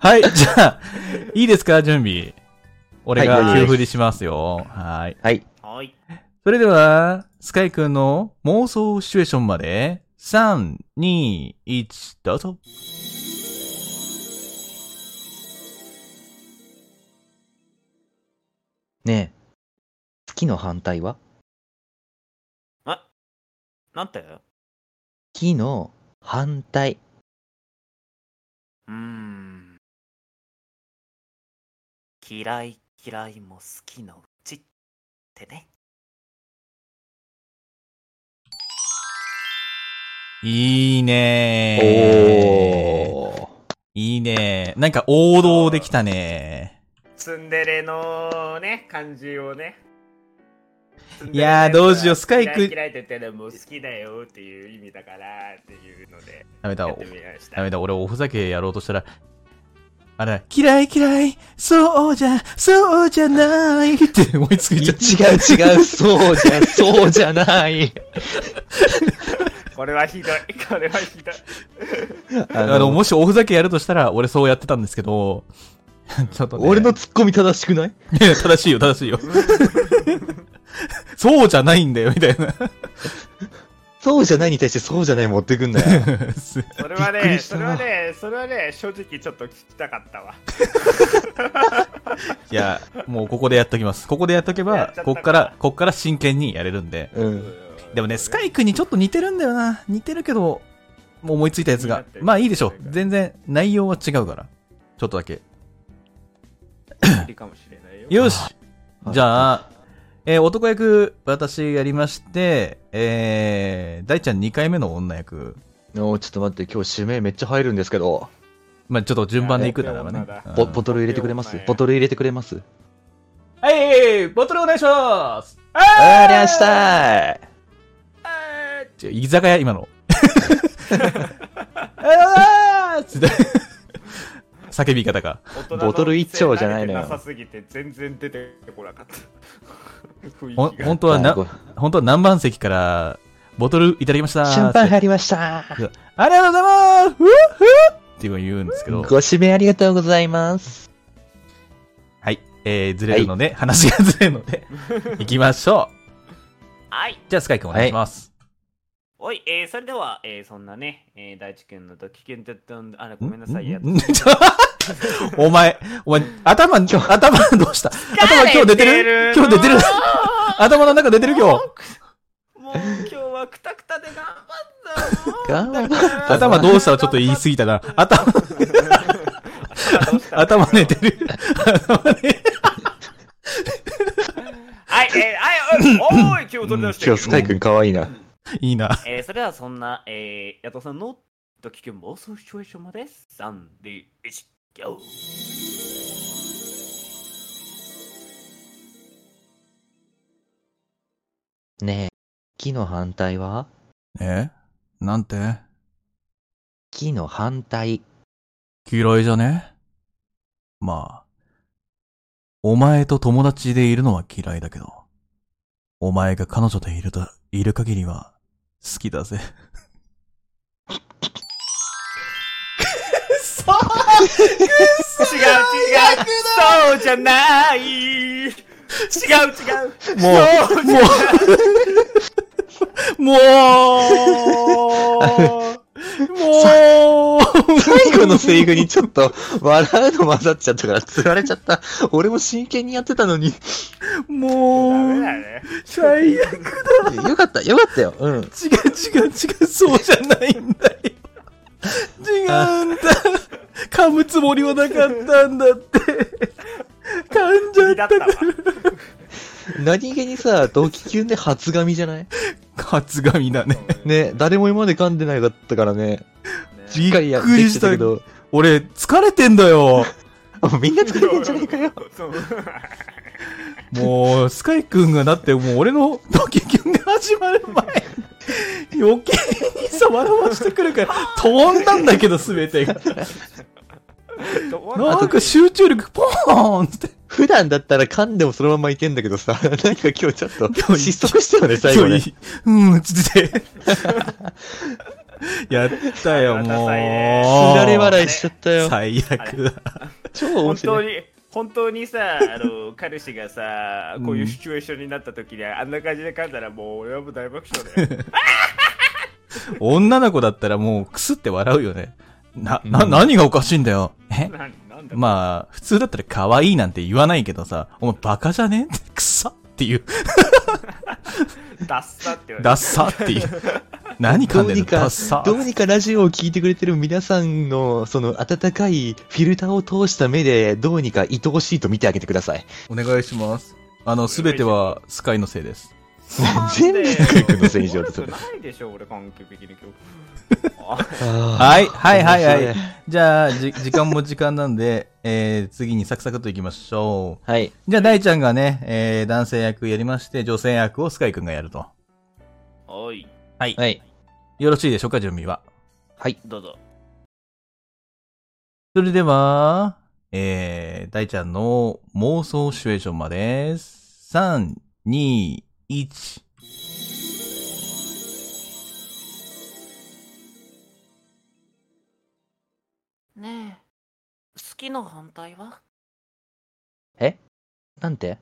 S2: はい、じゃあ、いいですか準備。俺
S5: は
S2: が
S5: い
S2: 給付にしますよ。はい。
S5: はい。
S1: はい
S2: それでは、スカイくんの妄想シチュエーションまで、3、2、1、どうぞ。
S5: ねえ。月の反対は
S1: なんて
S5: 月の反対。
S6: うーん。嫌い嫌いも好きのうちってね。
S2: いいねー。
S5: おー。
S2: いいねー。なんか王道できたね
S1: ツンデレのね感じをね
S2: いやーどうしようスカイく
S1: 嫌い嫌いって言ってでも好きだよっていう意味だからっていうので
S2: ー。ダメだ
S1: やっ、てみまし
S2: ダ
S1: た
S2: メだ、俺おふざけやろうとしたら、あれ、嫌い嫌い、そうじゃ、そうじゃないって思いつく
S5: 違
S2: じゃっ
S5: う違う、そうじゃ、そうじゃない。
S1: これはひどいこれはひどい
S5: あ
S2: た。あの、もしおふざけやるとしたら、俺そうやってたんですけど、 ちょっと、ね、
S5: 俺のツッコミ正しくない
S2: いや正しいよ、正しいよ。 そうじゃないんだよ、みたいな。
S5: そうじゃないに対してそうじゃない持ってくんなよ。
S2: す
S1: それは
S5: びっく
S1: ね
S5: りし
S1: そ
S5: た
S1: れ
S5: な
S1: はねそれはね正直ちょっと聞きたかったわ
S2: いや、もうここでやっときます。ここでやっとけ
S1: やっちゃ
S2: ば
S1: った、か
S2: こっから、こっから真剣にやれるんで。
S5: うん。
S2: でもね、スカイ君にちょっと似てるんだよな。似てるけど、もう思いついたやつ
S1: 似合
S2: が
S1: って。る
S2: まあいいでしょう。全然、内容は違うから。ちょっとだけ。
S1: いいかもしれないよ
S2: よしじゃあ、えー男役、私やりまして、えー、大ちゃん2回目の女役。
S5: おちょっと待って、今日指名めっちゃ入るんですけど、
S2: まあちょっと順番でいくならば
S1: い
S2: ね
S1: や。
S2: うん
S5: ボボトル入れてくれますボトル入れてくれます
S2: はい、ボトルお願いします
S5: ありゃしたい
S2: 違う居酒屋、今の。あーつって叫び方か。
S1: 大人の
S5: ボトル一丁じゃないのよ
S1: 慣れてなさすぎて全然出てこなかった 雰
S2: ほん
S1: 囲気が
S2: 本当はな
S5: シ、
S2: 本当は何番席から、ボトルいただきました。
S5: ャンパン入りました
S2: ありがとうございますふうふうっていうのを言うんですけど。
S5: ご指名ありがとうございます。
S2: はい。えー、ずれるので、話がずれるので、行きましょう。
S6: はい。
S2: じゃあ、スカイ君お願いします。
S6: おい、えー、それでは、えー、そんなね、えー、大地君のと危険だったんで、あれ、ごめんなさい、やっ
S2: んんちょ お前、お前、頭、今日、頭どうした頭今日出て
S1: 出
S2: る
S1: る
S2: 今日出てる頭の中出てる今日。
S1: もう今日はくたくたで頑張った
S5: 頑張っ
S2: 頭どうしたらちょっと言い過ぎたな。頭、頭寝てる。頭ね
S1: はい、えー、はい、おい、おい気を取り直して。
S5: 今日スカイ君可愛いな。
S2: いいな。
S6: えー、それではそんな、えー、ヤトさんのと危険妄想シチュエーションまで、3、2、1、GO!
S5: ねえ、木の反対は
S2: えなんて
S5: 木の反対。
S2: 嫌いじゃねまあ。お前と友達でいるのは嫌いだけど。お前が彼女でいると、いる限りは、好きだぜ。
S1: 違う、違う。そうじゃない。違う、違う。
S2: もう、もう、もう、もう、
S5: 最後僕のセリフにちょっと 笑うの混ざっちゃったから、釣られちゃった。俺も真剣にやってたのに。
S2: も
S1: メ
S2: う、
S1: だね。
S2: 最悪。
S5: よかった、よかったよ。うん。
S2: 違う違う違う、そうじゃないんだよ。違うんだ。噛むつもりはなかったんだって。噛んじゃ
S1: 気
S2: っ
S1: だ
S2: た
S1: っ
S2: か
S1: たわ
S2: ら。。
S5: 何気にさ、ドキキュンで初髪じゃない
S2: 初髪だね。
S5: ね、誰も今まで噛んでなかったからね。
S2: び
S5: 次回や
S2: っ
S5: っ
S2: く
S5: て
S2: り
S5: き
S2: してた
S5: たけど、
S2: 俺、疲れてんだよ。
S5: みんな疲れてんじゃないかよ。
S1: そう
S2: もう、スカイくんがだってもう俺のドキキュンが始まる前、余計にさ、笑わしてくるから、飛んだんだけど、すべてが。なんか集中力ポーンって。
S5: 普段だったら噛んでもそのままいけんだけどさ、 なんか今日ちょっと
S2: 今日
S5: 失速したよね、最後ね。
S2: うん、つ って。やったよ、もう。
S5: すられ笑いしちゃったよ。
S2: 最悪だ。
S5: 超面
S1: 本当
S5: 白い。
S1: に本当にさあの彼氏がさこういうシチュエーションになった時にあんな感じで噛んだらもう俺はもう大爆笑だ よ
S2: 女の子だったらもう、くすって笑うよね。な、な、何がおかしいんだよ。え
S1: なんなんだ
S2: まあ、普通だったら可愛いなんて言わないけどさ、お前バカじゃねって、くさっていう、
S1: ダッサって言われ
S2: ダッサって いう。何
S5: ど
S2: 噛ん
S5: う
S2: でんの
S5: に
S2: ダ
S5: か
S2: ッサ、
S5: どうにかラジオを聞いてくれてる皆さんの、その、温かいフィルターを通した目で、どうにか愛おしいと見てあげてください。
S2: お願いします。あの、すべてはスカイのせいです。
S5: 全部スカイ君のせいにしよう
S1: 悪
S5: とす
S1: く
S5: る。
S1: ないでしょ俺関係的に 今
S5: は
S2: はい、はい、はい、
S5: 面白
S2: はいい。じゃあ、じ、時間も時間なんで、えー、次にサクサクといきましょう。
S5: はい。
S2: じゃあ、大ちゃんがね、えー、男性役やりまして、女性役をスカイくんがやると。
S6: おい、
S5: はい。
S2: よろしいでしょうか、準備は。
S6: どうぞ。
S2: それでは、えー、大ちゃんの妄想シチュエーションまで、3、2、1。
S6: ねえ、好きの反対は
S5: なんて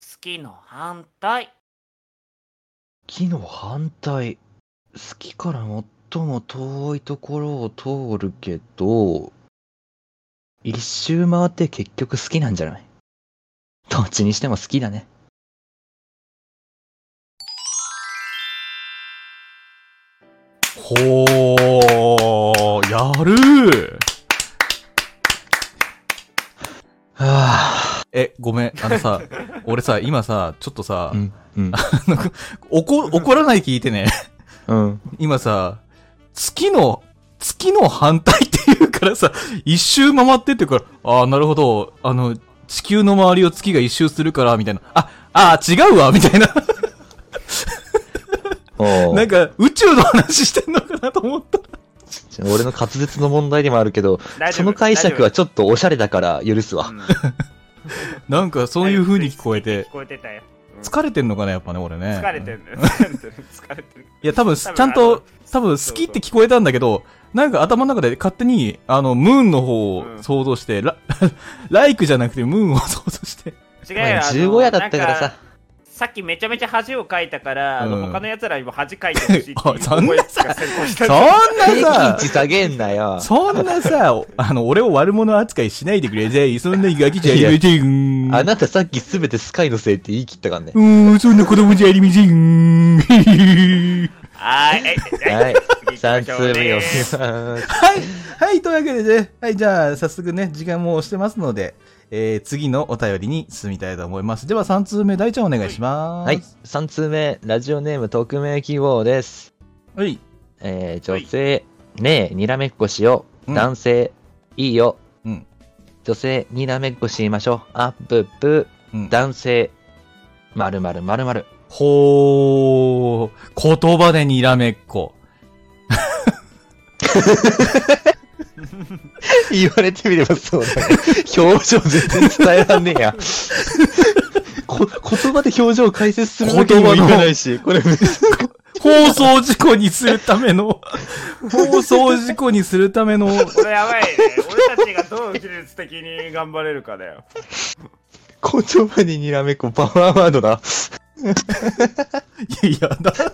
S6: 好きの反対。
S5: 木の反対。好きから最も遠いところを通るけど、一周回って結局好きなんじゃないどっちにしても好きだね。
S2: ほー、やるー
S5: は
S2: え、ごめん、あの さ、俺さ、今さ、ちょっとさ
S5: ぁ。、ん。うん。
S2: 怒、怒らない聞いてね。
S5: うん。
S2: 今さ、月の、月の反対って言うからさ、一周回ってって言うから、ああ、なるほど、あの、地球の周りを月が一周するから、みたいな。あ、あー違うわ、みたいな。
S5: おう
S2: なんか、宇宙の話してんのかなと思った。
S5: 俺の滑舌の問題でもあるけど、
S1: 日
S5: その解釈はちょっとオシャレだから許すわ。
S2: なんか、そういう風に聞こえて
S1: 聞、こえてたよ
S2: 疲れてんのかな、やっぱね、俺ね。
S1: 疲れてる疲れてる疲れてる
S2: いや、多分、ち
S1: 多分
S2: ゃん
S1: あ
S2: と
S1: の、
S2: 多分、好きって聞こえたんだけど、なんか頭の中で勝手に、あの、ムーンの方を想像して、ラ、 ライクじゃなくてムーンを想像 して。
S1: 違うよあの
S5: 15夜だったから
S1: なん
S5: さ。
S1: さっきめちゃめちゃ恥をかいたから、あの
S2: うん
S1: 他のやつらにも恥かいてほしいっていう
S2: あそんな
S1: 思いが先行し
S2: そ
S1: た
S2: んな
S5: 平均
S2: さ
S5: 値、下げんなよ。
S2: そんなさ、 おあの、俺を悪者扱いしないでくれぜ。そんなガキじゃありません。
S5: あなたさっきすべてスカイのせいって言い切ったからね。
S2: うーん、そんな子供じゃありません。
S1: はいええ
S5: はい。
S1: え
S5: 3通目
S1: よ
S5: をます。
S2: はい。はい、というわけでね。はい、じゃあ、早速ね、時間も押してますので、えー、次のお便りに進みたいと思います。では、3通目、大ちゃんお願いします。
S5: はい。。3通目、ラジオネーム匿名希望です。
S2: はい。
S5: えー、女性、ねえ、にらめっこしよう。
S2: うん
S5: 男性、いいよ。
S2: うん
S5: 女性、にらめっこしましょう。アップップ。
S2: うん
S5: 男性、まるまるまるまる。
S2: ほー、言葉でにらめっ こ。
S5: 言われてみればそうだ ね。表情全然伝えらんねえや。こ言葉で表情を解説するわけにもいかないし、これ、
S2: 放送事故にするための、放送事故にするための、
S1: これやばいね俺たちがどう技術的に頑張れるかだよ
S5: 言葉ににらめっこパワーワードだ。
S2: いや、だって、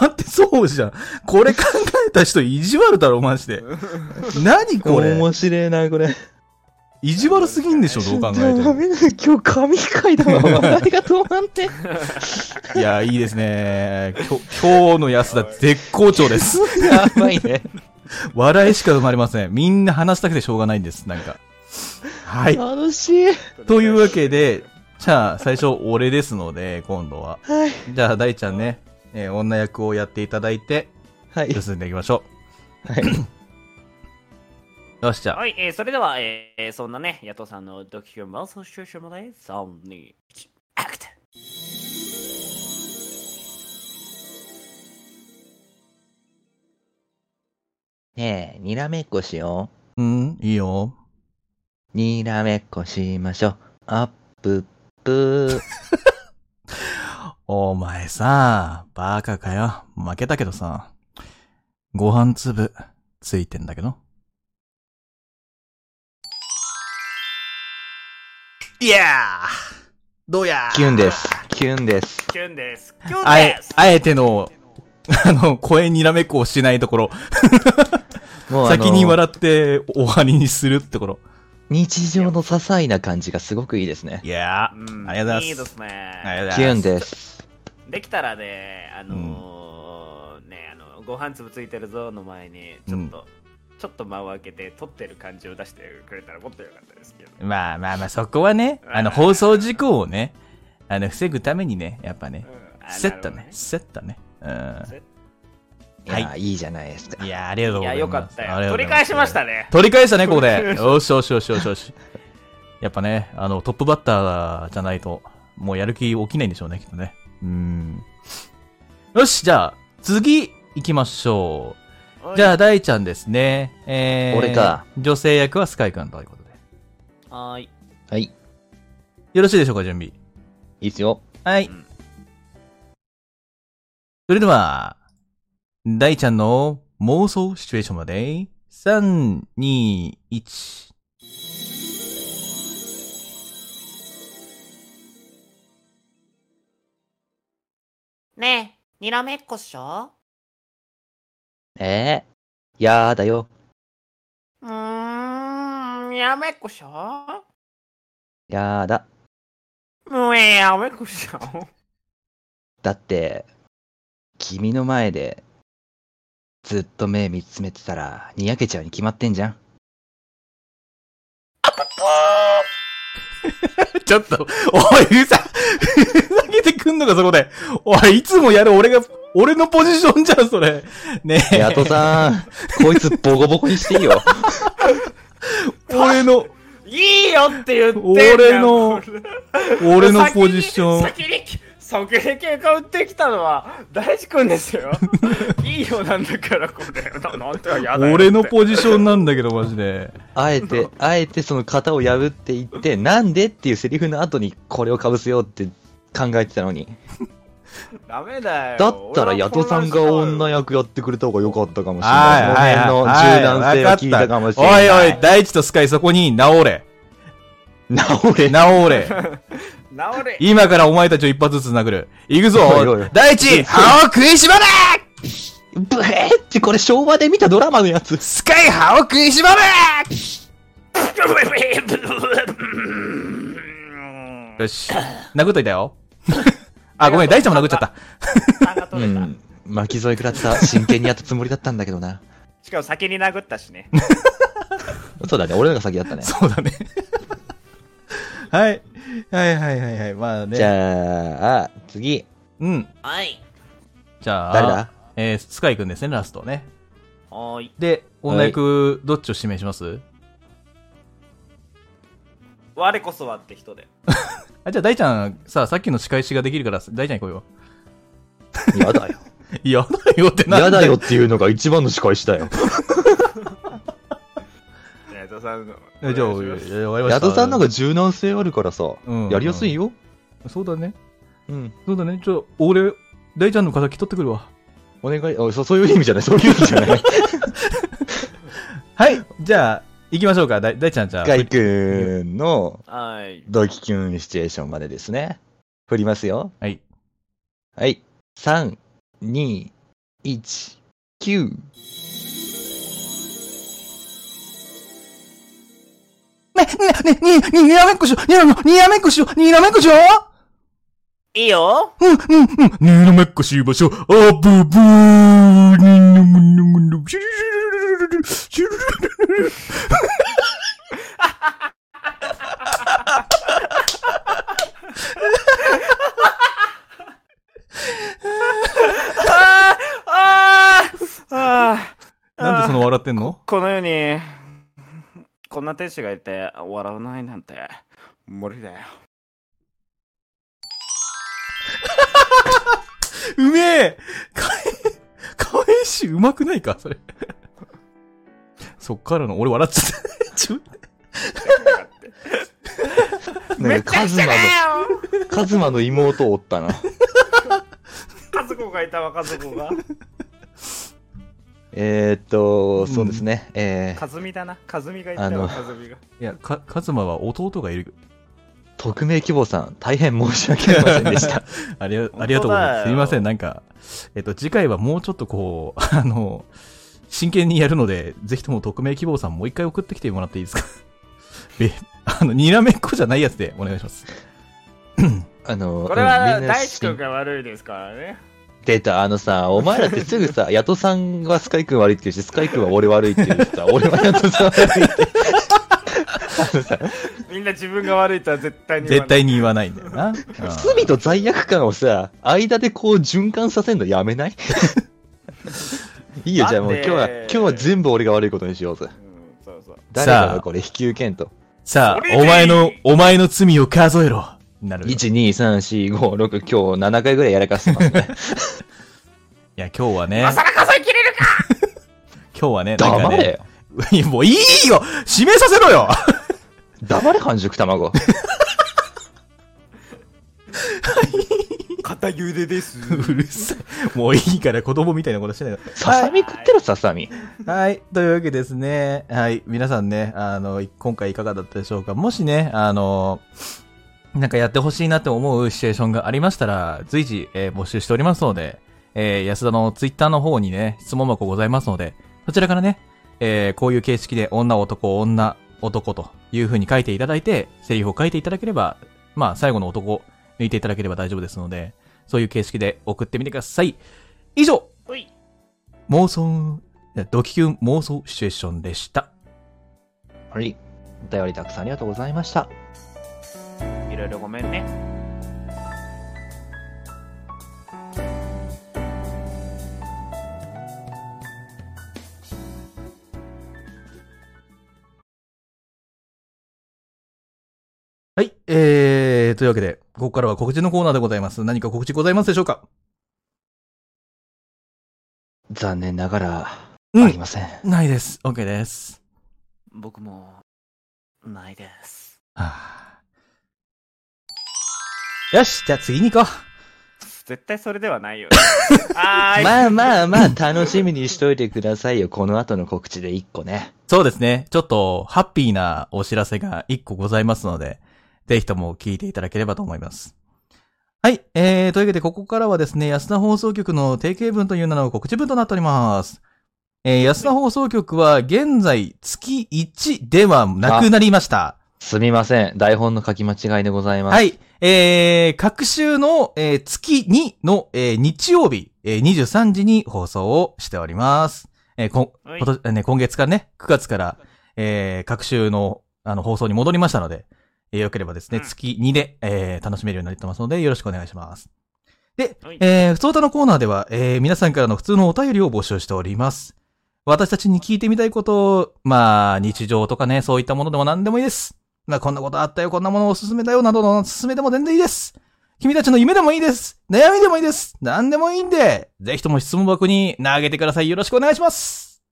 S2: だってそうじゃん。これ考えた人意地悪だろ、マジで。何これ。
S4: 面白いな、これ。
S2: 意地悪すぎんでしょ、どう考えて
S4: ダ
S2: も。
S4: メだ、今日神回だわ。ありがとうなんて。
S2: いや、いいですね。きょ今日のやつだ、絶好調です。
S4: やばいね。
S2: 笑いしか生まれません。みんな話したくてしょうがないんです、なんか。はい。
S4: 楽しい。
S2: というわけで、じゃあ、最初、俺ですので、今度は。
S4: はい。
S2: じゃあ、大ちゃんね、えー女役をやっていただいて、
S4: はい。
S2: 進んでいきましょう。
S4: はい。
S2: よし、じゃあ、
S1: はい、えー、それでは、えー、そんなね、ヤトさんのドキュメント収集まで、3、2、1、アクト
S4: ねえ、にらめっこしよ
S2: うん、いいよ。
S4: う。にらめっこしましょう。アップップ。
S2: お前さ、バカかよ。負けたけどさ、ご飯粒、ついてんだけど。いやーどうや
S4: キュンです。キュンです。
S1: キュンです。キュン
S2: あえ
S1: です、
S2: あえての、あの、声にらめっこをしないところ、
S4: もうあの
S2: 先に笑って終わりにするってところ。
S4: 日常の些細な感じがすごくいいですね。
S2: いやー、
S1: ん
S2: ありがとうございます
S1: いいです
S2: ありが
S1: ね。
S2: とうご
S4: キ
S2: ざい
S4: ュ
S2: ま
S4: ン
S2: す。
S4: です。
S1: できたらね、あのーね、あの、ご飯粒ついてるぞの前に、ちょっと、ちょっと間を空けて、撮ってる感じを出してくれたらもっとよかったですけど。
S2: まあまあまあ、そこはね、あの、放送事故をね、あの、防ぐためにね、やっぱね
S1: う、んあ
S2: セットね、
S1: な
S2: セットね。うん。
S4: いや、いいじゃないですか。
S2: いやー、ありがと
S1: る
S2: う
S1: ほど
S2: ご
S1: ねい
S2: ざ
S1: や、
S2: います。
S1: よかった
S2: あり
S1: よ。
S2: がとうござ
S1: 取
S2: いま
S1: り
S2: す
S1: 返しましたね。
S2: 取り返したね、ここで。よしよしよしよしよし。やっぱね、あの、トップバッターじゃないと、もうやる気起きないんでしょうね、きっとね。うーん。よし、じゃあ、次、行きましょう。じゃあ、大ちゃんですね。えー、
S4: 俺か。
S2: 女性役はスカイ君ということで。
S1: はーい。
S4: はい。
S2: よろしいでしょうか、準備。
S4: いいですよ。
S2: はい。
S1: うん
S2: それでは、大ちゃんの妄想シチュエーションまで、3、2、1。
S6: ねえ、にらめっこっしょ
S4: ええやーだよ。
S6: うーん、にらめっこっしょ
S4: やーだ。
S1: うえやめくしゃお。
S4: だって、君の前で、ずっと目見つめてたら、にやけちゃうに決まってん じゃん。
S2: ちょっと、おい、ふざ、 ふざけてくんのか、そこで。おい、いつもやる俺が、俺のポジションじゃん、それ。ねえ。
S4: ヤトさん、こいつボコボコにしていいよ。
S2: 俺 の、
S1: いいよって言ってんだよ
S2: 俺の、俺のポジション。
S1: 先に、先に喧嘩売ってきたのは、大地君で すよ。いいよなんだから、これ。ななんてやだよって
S2: 俺のポジションなんだけど、マジで。
S4: あえて、あえてその型を破っていって、なんでっていうセリフの後にこれを被せようって考えてたのに。
S1: ダメだよ。
S4: だったら、ヤトさんが女
S1: や。
S4: 役やってくれた方が良かったかもしれない。この辺の柔軟性が効いたかもしれない。
S2: おいおい、大地とスカイそこに直れ。
S4: 直れ。
S2: 直れ。
S1: 治れ。
S2: 今からお前たちを一発ずつ殴る。行くぞ
S4: おいおい
S2: 大地歯を食いしばれ
S4: ブヘーってこれ昭和で見たドラマのやつ。
S2: スカイ歯を食いしばれよし。殴っといたよ。 あ、ごめん、大地も殴っちゃ った。
S4: うん。巻き添え食らった。真剣にやったつもりだったんだけどな。
S1: しかも先に殴ったしね。
S4: そうだね。俺のが先だったね。
S2: そうだね。はい。はいはいはいはい。まあね。
S4: じゃあ、次。
S2: うん。
S6: はい。
S2: じゃあ、
S4: 誰だ
S2: えー、スカイくんですね、ラストね。
S1: はーい。
S2: で、女役、どっちを指名します
S1: 我こそはって人で。
S2: あ、じゃあ大ちゃん、さ、さっきの仕返しができるから、大ちゃん行こうよ。
S4: や だよ。
S2: 嫌だよってなん
S4: やだよっていうのが一番の仕返しだ よ。
S1: ヤトさんの。
S2: えじゃあ、終わりました。
S4: ヤトさんの方が柔軟性あるからさ、
S2: うん
S4: やりやすいよ。
S2: そうだね。
S4: うん。
S2: そうだね。ちょ、俺、大ちゃんの敵取ってくるわ。
S4: お願いあそ、そういう意味じゃない、そういう意味 じゃない。
S2: はい。じゃあ、行きましょうか。大大ちゃん、じゃあ。
S4: ガイくんの
S1: はい。
S4: ドキキュンシチュエーションまでですね。振りますよ。
S2: はい。
S4: はい。3、2、
S5: 1、9。
S2: ね、ね、ね、に、に、にらめっこしようにらめ、にらめっこしようにらめっこしよう
S6: いいよ
S2: うん、うん、うん。にらめっこしましょうあぶぶーにぬむぬむぬむシュルシュルシュルシュルシュルシュル
S1: あーあー
S2: なんでその笑ってんの
S1: この世にこんな天使がいて笑わないなんて無理だよ
S2: うめえかえ、かえし、うまくないかそれ。そっからの、俺笑っちゃった。 ちょ
S5: なんかカズマの、カズマの妹おったな。
S1: 家族がいたわ家族が
S5: えーっと、そうですね。えー、
S1: 和美だな和美がい
S5: あ
S1: た
S5: の
S1: わ和美が
S2: いや、か、カズマは弟がいる。
S5: 匿名希望さん、大変申し訳ありません でした。
S2: ありがありがとうございます。
S1: 本当だよ
S2: すみません、なんか、えっと、次回はもうちょっとこう、あの、真剣にやるので、ぜひとも匿名希望さんもう一回送ってきてもらっていいですか え、あの、にらめっこじゃないやつでお願いします。
S5: あの、
S1: これ
S5: う
S1: は
S5: んみんな
S1: 大地君が悪いですからね
S5: 出た、あのさ、 お前らってすぐさ、ヤトさんはスカイ君悪いって言うし、スカイ君は俺悪いって言う しさ、俺はヤトさん悪いって。あのさ、
S1: みんな自分が悪いとは絶対に言わ
S2: 絶
S1: ない
S2: 対に言わないんだよな。うん
S5: 罪と罪悪感をさ、間でこう循環させんのやめない いいよ、じゃあもう今日は、
S1: だって
S5: 今日は全部俺が悪いことにしよう
S1: う
S5: ぜ。
S1: んそうそう
S5: 誰だ
S2: さあ
S5: ろこれ引き受けんと。
S2: さ
S1: それ
S2: あ、
S1: でいい
S2: お前の、お前の罪を数えろ。なるほど。
S5: 1、2、3、4、5、6、今日7回ぐらいやらかしてますね。
S2: いや、今日はね、
S9: 今さら数え切れるか
S2: 今日はね、なんか
S5: 黙
S2: ね
S5: れ、
S2: いやもういいよ指名させろよ
S5: 黙れ、半熟卵。
S1: 片茹でです
S2: うるさい。もういいから子供みたいなことしてないか
S5: ささみ食ってろ、ささみ。
S2: ら。はい。というわけですね。はい。皆さんね、あの、い今回いかがだったでしょうかもしね、あの、なんかやってほしいなと思うシチュエーションがありましたら、随時、えー募集しておりますので、えー安田のツイッターの方にね、質問箱ございますので、そちらからね、えーこういう形式で女男女男という風に書いていただいて、セリフを書いていただければ、まあ最後の男抜いていただければ大丈夫ですので、そういう形式で送ってみてください。以上
S9: ほい
S2: 妄想、いやドキキュン妄想シチュエーションでした。
S5: はい。お便りたくさんありがとうございました。
S1: いろいろごめんね
S2: はい、えー、というわけで、ここからは告知のコーナーでございます。何か告知ございますでしょうか
S5: 残念ながら、
S2: うん
S5: ありません。
S2: ないです。OK です。
S6: 僕も、ないです。
S2: はぁよし、じゃあ次に行こ
S1: 絶対それではないよねあーい
S5: まあまあまあ、楽しみにしといてくださいよ。この後の告知で1個ね。
S2: う。そうですね。ちょっと、ハッピーなお知らせが一個ございますので、ぜひとも聞いていただければと思います。はい。えー、というわけで、ここからはですね、安田放送局の定型文という名の告知文となっております。えー、安田放送局は現在月1ではなくなりました。
S5: すみません。台本の書き間違いでございます。。
S2: はいい。えー、各週の、えー月2の、えー日曜日、えー23時に放送をしております。えーこん
S1: はい
S2: 今年えーね、今月からね、9月から、えー各週のあの放送に戻りましたので、えーよければですね、
S1: うん
S2: 月2で、えー楽しめるようになってますので、よろしくお願いします。で、
S1: はい
S2: えー、普通歌のコーナーでは、えー皆さんからの普通のお便りを募集しております。私たちに聞いてみたいことを、まあ、日常とかね、そういったものでも何でもいいです。まあ、こんなことあったよ、こんなものおすすめだよ、などのおすすめでも全然いいです。君たちの夢でもいいです。悩みでもいいです。何でもいいんで、ぜひとも質問箱に投げてください。よろしくお願いします。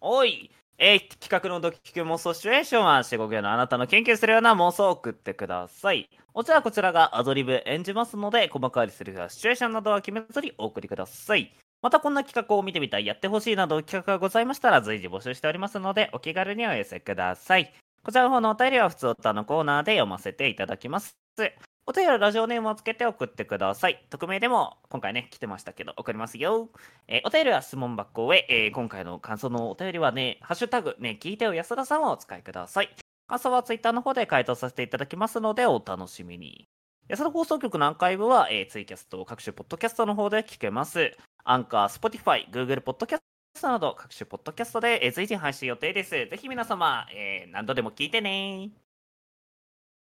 S1: おいえー企画のドキキュン妄想シチュエーションは四五行のあなたの研究するような妄想を送ってくださいこちらはこちらがアドリブ演じますので細かいセリフやシチュエーションなどは決めずにお送りくださいまたこんな企画を見てみたいやってほしいなど企画がございましたら随時募集しておりますのでお気軽にお寄せくださいこちらの方のお便りは普通歌のコーナーで読ませていただきますお便りラジオネームをつけて送ってください。匿名でも今回ね、来てましたけど、送りますよ。えーお便りは質問箱へ、えー今回の感想のお便りはね、ハッシュタグ、ね、聞いてよ安田さんをお使いください。感想はツイッターの方で回答させていただきますので、お楽しみに。安田放送局のアーカイブは、えーツイキャスト、各種ポッドキャストの方で聞けます。アンカー、スポティファイ、グーグルポッドキャストなど、各種ポッドキャストで、えー随時配信予定です。ぜひ皆様、えー何度でも聞いてね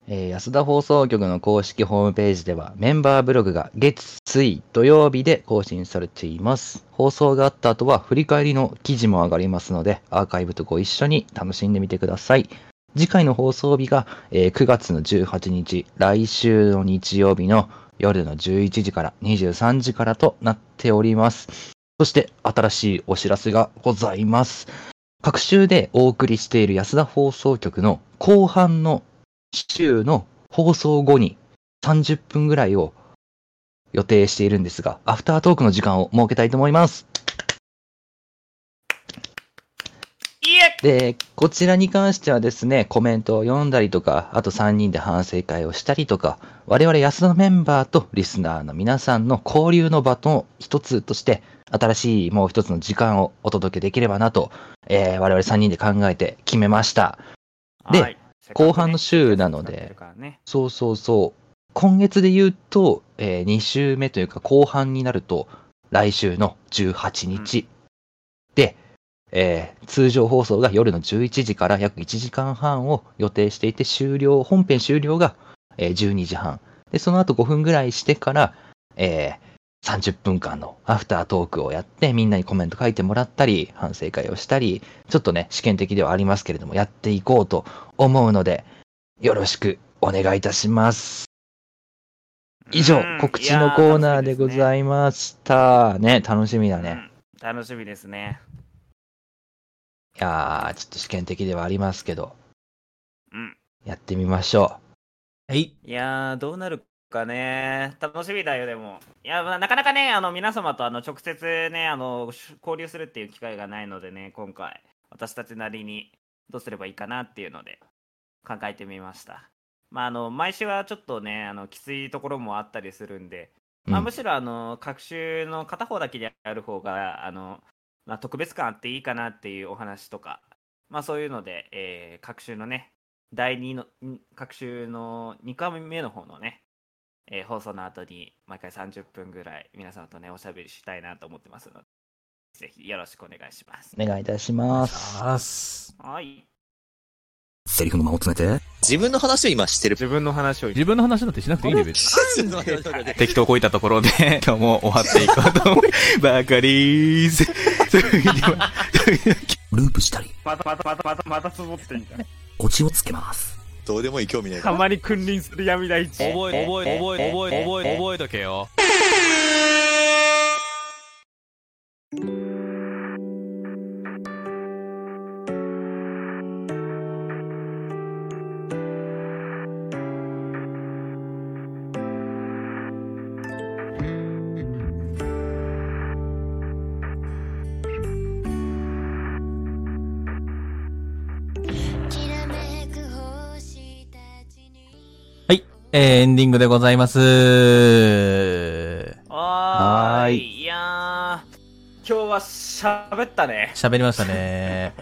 S4: えー安田放送局の公式ホームページではメンバーブログが月、水、土曜日で更新されています。放送があった後は振り返りの記事も上がりますのでアーカイブとご一緒に楽しんでみてください。次回の放送日が、えー9月の18日、来週の日曜日の夜の11時から23時からとなっております。そして新しいお知らせがございます。各週でお送りしている安田放送局の後半の週の放送後に30分ぐらいを予定しているんですが、アフタートークの時間を設けたいと思います。
S1: いえ
S4: で、こちらに関してはですね、コメントを読んだりとか、あと3人で反省会をしたりとか、我々安田のメンバーとリスナーの皆さんの交流の場の一つとして、新しいもう一つの時間をお届けできればなと、えー我々3人で考えて決めました。で
S1: はい
S4: 後半の週なので、
S1: せっかくね
S4: そうそうそう。今月で言うと、え2週目というか後半になると、来週の18日。で、えー通常放送が夜の11時から約1時間半を予定していて、終了、本編終了が、えー12時半。で、その後5分ぐらいしてから、えー30分間のアフタートークをやって、みんなにコメント書いてもらったり、反省会をしたり、ちょっとね、試験的ではありますけれども、やっていこうと思うので、よろしくお願いいたします。以上
S1: うん、
S4: 告知のコーナーでございました。ね、楽しみだ
S1: いやー楽しみですね
S4: ね。
S1: うん楽しみですね
S4: いやー、ちょっと試験的ではありますけど、
S1: うん
S4: やってみましょ
S2: はい。
S1: いやーどうなるかね楽しみだよでもいやーまあなかなかねあの皆様とあの直接ねあのし交流するっていう機会がないのでね今回私たちなりにどうすればいいかなっていうので考えてみましたまああの毎週はちょっとねあのきついところもあったりするんで、まあ、
S4: うん
S1: むしろあの各週の片方だけでやる方があの、まあ、特別感あっていいかなっていうお話とかまあそういうので、えー各週のね第2のん各週の2回目の方のね、えー放送の後に毎回30分ぐらい皆さんとねおしゃべりしたいなと思ってますのでぜひよろしくお願いします
S4: う。お願いいたします。
S2: さあす。
S1: はい
S10: セリフの間を詰めて、
S5: 自分の話を今してる。
S11: 自分の話を言って
S2: 自分の話なんてしなくていいね、別に。
S5: で
S2: 適当こいたところで、今日も終わっていこうと思い、バカリーズ。というわけで
S10: ループしたり、
S11: またまたまたまたまたつぼってんじゃん。
S10: オチをつけます。
S5: どうでもいい興味ないか
S11: た
S5: ら。
S11: まに君臨する闇大地。
S2: 覚え、覚え、覚え、覚え、覚え、覚えとけよ。はい。えー、エンディングでございます。
S1: は
S4: はー
S1: ー
S4: い
S1: いいや
S11: 今日は喋ったね。
S2: 喋りましたね。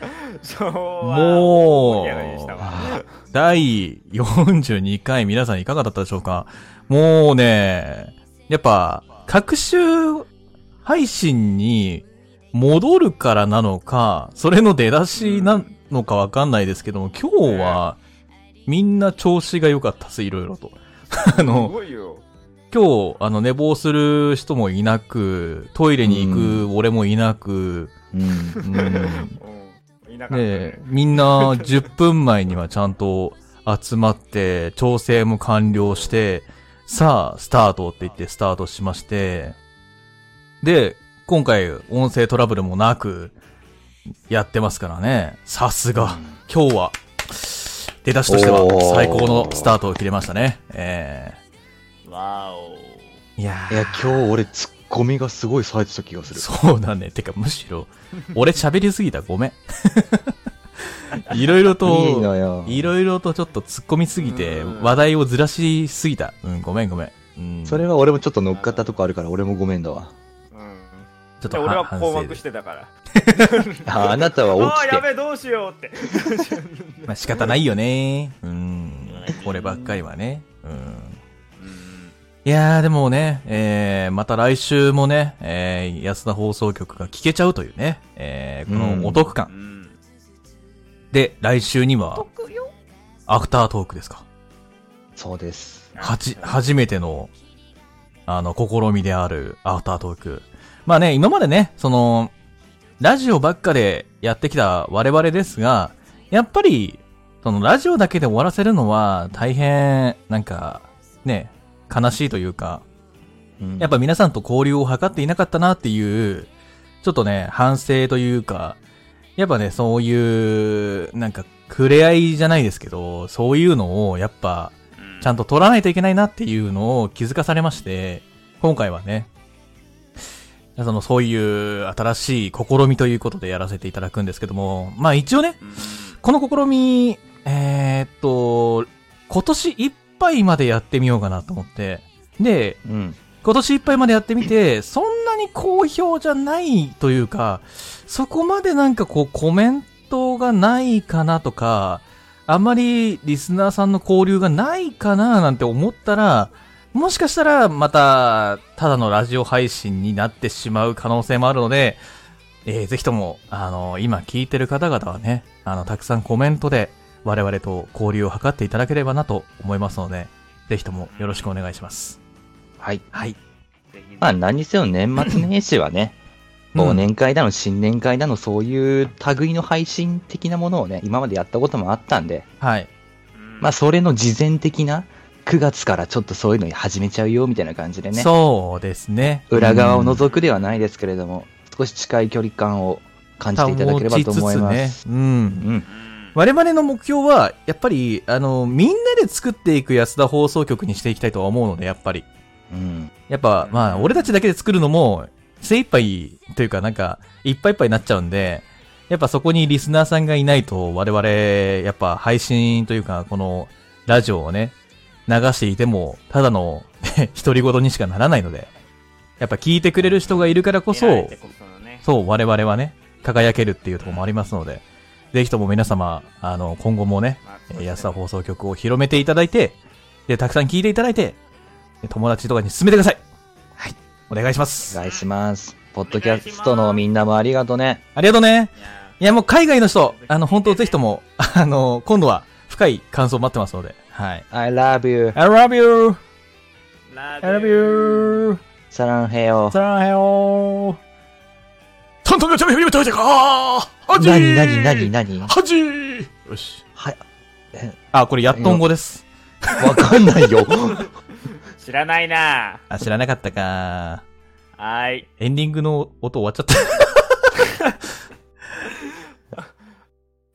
S11: そう。
S2: もう
S11: 盛り上がりでしたわ
S2: 第42回皆さんいかがだったでしょうかもうね、やっぱ、各週配信に戻るからなのか、それの出だしなのかわかんないですけども、今日はみんな調子が良かったです、いろいろと。あ
S11: す
S2: の、
S11: ごいよ。
S2: 今日、あの、寝坊する人もいなく、トイレに行く俺もいなく、
S4: うん。
S2: うん
S11: うん。いなかった
S2: ね
S11: ね。
S2: みんな10分前にはちゃんと集まって、調整も完了して、さあ、スタートって言ってスタートしまして、で、今回音声トラブルもなく、やってますからね。さすが。今日は、出だしとしては
S4: おー
S2: 最高のスタートを切れましたね。え
S1: ーわお
S2: ー、いや
S4: いや、今日俺ツッコミがすごい冴えてた気がする。
S2: そうだね。てか、むしろ、俺喋りすぎた。ごめん。いろいろ
S5: いい
S2: と、
S5: のよ。
S2: いろいろとちょっと突っ込みすぎて、話題をずらしすぎた。うん、ごめんごめん。うん、
S5: それは俺もちょっと乗っかったとこあるから、俺もごめんだわ。
S2: ちょっ
S1: で
S2: と
S1: 俺は
S2: 反
S1: 困
S2: 省で
S1: 惑してたから
S5: ああなた
S1: あ
S5: は
S1: あ
S5: 起
S1: ー
S5: き
S1: や
S5: て。
S1: べえどうしようって
S2: まあ仕方ないよね。うん。こればっかりはね。うん。いやーでもね、えー、また来週もね、えー、安田放送局が聞けちゃうというね、えー、このお得感。で、来週には、アフタートークですか。
S5: そうです。
S2: はじ、初めての、あの、試みであるアフタートーク。まあね、今までね、その、ラジオばっかでやってきた我々ですが、やっぱり、そのラジオだけで終わらせるのは大変、なんか、ね、悲しいというか、
S5: うん
S2: やっぱ皆さんと交流を図っていなかったなっていう、ちょっとね、反省というか、やっぱね、そういう、なんか、触れ合いじゃないですけど、そういうのを、やっぱ、ちゃんと取らないといけないなっていうのを気づかされまして、今回はね、その、そういう新しい試みということでやらせていただくんですけども、まあ一応ね、この試み、えーっと、今年いっぱいまでやってみようかなと思って、で、
S5: うん。
S2: 今年いっぱいまでやってみて、そんなに好評じゃないというか、そこまでなんかこうコメントがないかなとか、あまりリスナーさんの交流がないかななんて思ったら、もしかしたらまた、ただのラジオ配信になってしまう可能性もあるので、えーぜひとも、あの、今聞いてる方々はね、あの、たくさんコメントで我々と交流を図っていただければなと思いますので、ぜひともよろしくお願いします。
S5: はい。
S2: はい。
S5: まあ何にせよ年末年始はね、忘年会だの新年会だのそういう類の配信的なものをね、今までやったこともあったんで、
S2: はい。
S5: まあそれの事前的な9月からちょっとそういうのに始めちゃうよみたいな感じでね、
S2: そうですね。
S5: 裏側を
S2: 覗
S5: 除くではないですけれども、少し近い距離感を感じていただければと思います。
S2: ね。うん。
S5: うん。
S2: 我々の目標は、やっぱり、あの、みんなで作っていく安田放送局にしていきたいとは思うので、やっぱり。
S5: うん。
S2: やっぱ、まあ、俺たちだけで作るのも、精一杯というか、なんか、いっぱいいっぱいになっちゃうんで、やっぱそこにリスナーさんがいないと、我々、やっぱ配信というか、この、ラジオをね、流していても、ただの、 独り言にしかならないので、やっぱ聞いてくれる人がいるからこそ、そう、我々はね、輝けるっていうところもありますので、ぜひとも皆様、あの、今後もね、えー安田放送局を広めていただいて、で、たくさん聞いていただいて、え友達とかに勧めてください。はい。お願いしま
S5: お
S2: す。
S5: 願いします。ポッドキャストのみんなもありがとうね。
S2: ありがとうね。いや、もう海外の人、あの、本当ぜひとも、あの、今度は深い感想待ってますので、はい。
S5: I love you.
S2: I love you!I
S1: Love
S2: love you!
S5: サランヘヨ。
S2: さらへよ
S8: トントンがちょびひびといてかはじ
S5: なになになになに
S8: はじーよし。
S2: あ、これやっとん語です。
S5: わかんないよ。
S1: 知らないな
S2: あ、知らなかったか
S1: はーい
S2: エンディングの音終わっちゃった。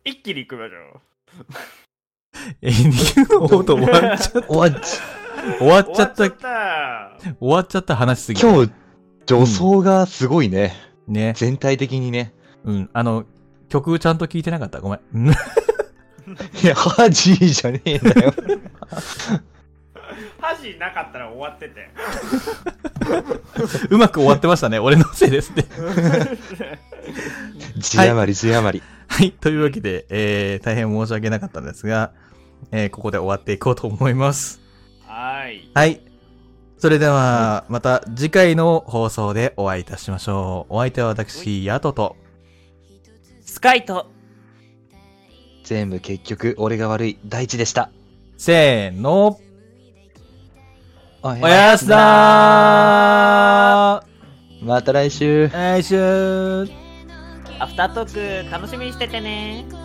S1: 一気に行きましょ
S2: エンディングの音終わっちゃった。
S5: おわち
S2: 終わ
S1: う
S2: っちゃった。終
S1: 終わっちゃっ
S2: わっちゃった話しすぎ。
S5: 今日、女装がすごいね。
S2: ね。
S5: 全体的にね。
S2: うん。あの、曲ちゃんと聞いてなかった。ごめん。うん
S5: いや、ハジーじゃねえんだよ。
S1: た箸なかったら終わってて
S2: うまく終わってましたね。俺のせいですね。
S5: 字余り、字余り。
S2: はい。というわけで、えー、大変申し訳なかったんですが、えー、ここで終わっていこうと思います。
S1: はーい
S2: はい。それでは、また次回の放送でお会いいたしましょう。お相手は私、ヤトと。
S6: スカイと
S5: 全部結局、俺が悪い、大地でした。
S2: せーの、
S5: お
S2: おやすだ
S5: また来週。
S2: ー来週
S6: アフタートーク楽しみにしててね
S9: 「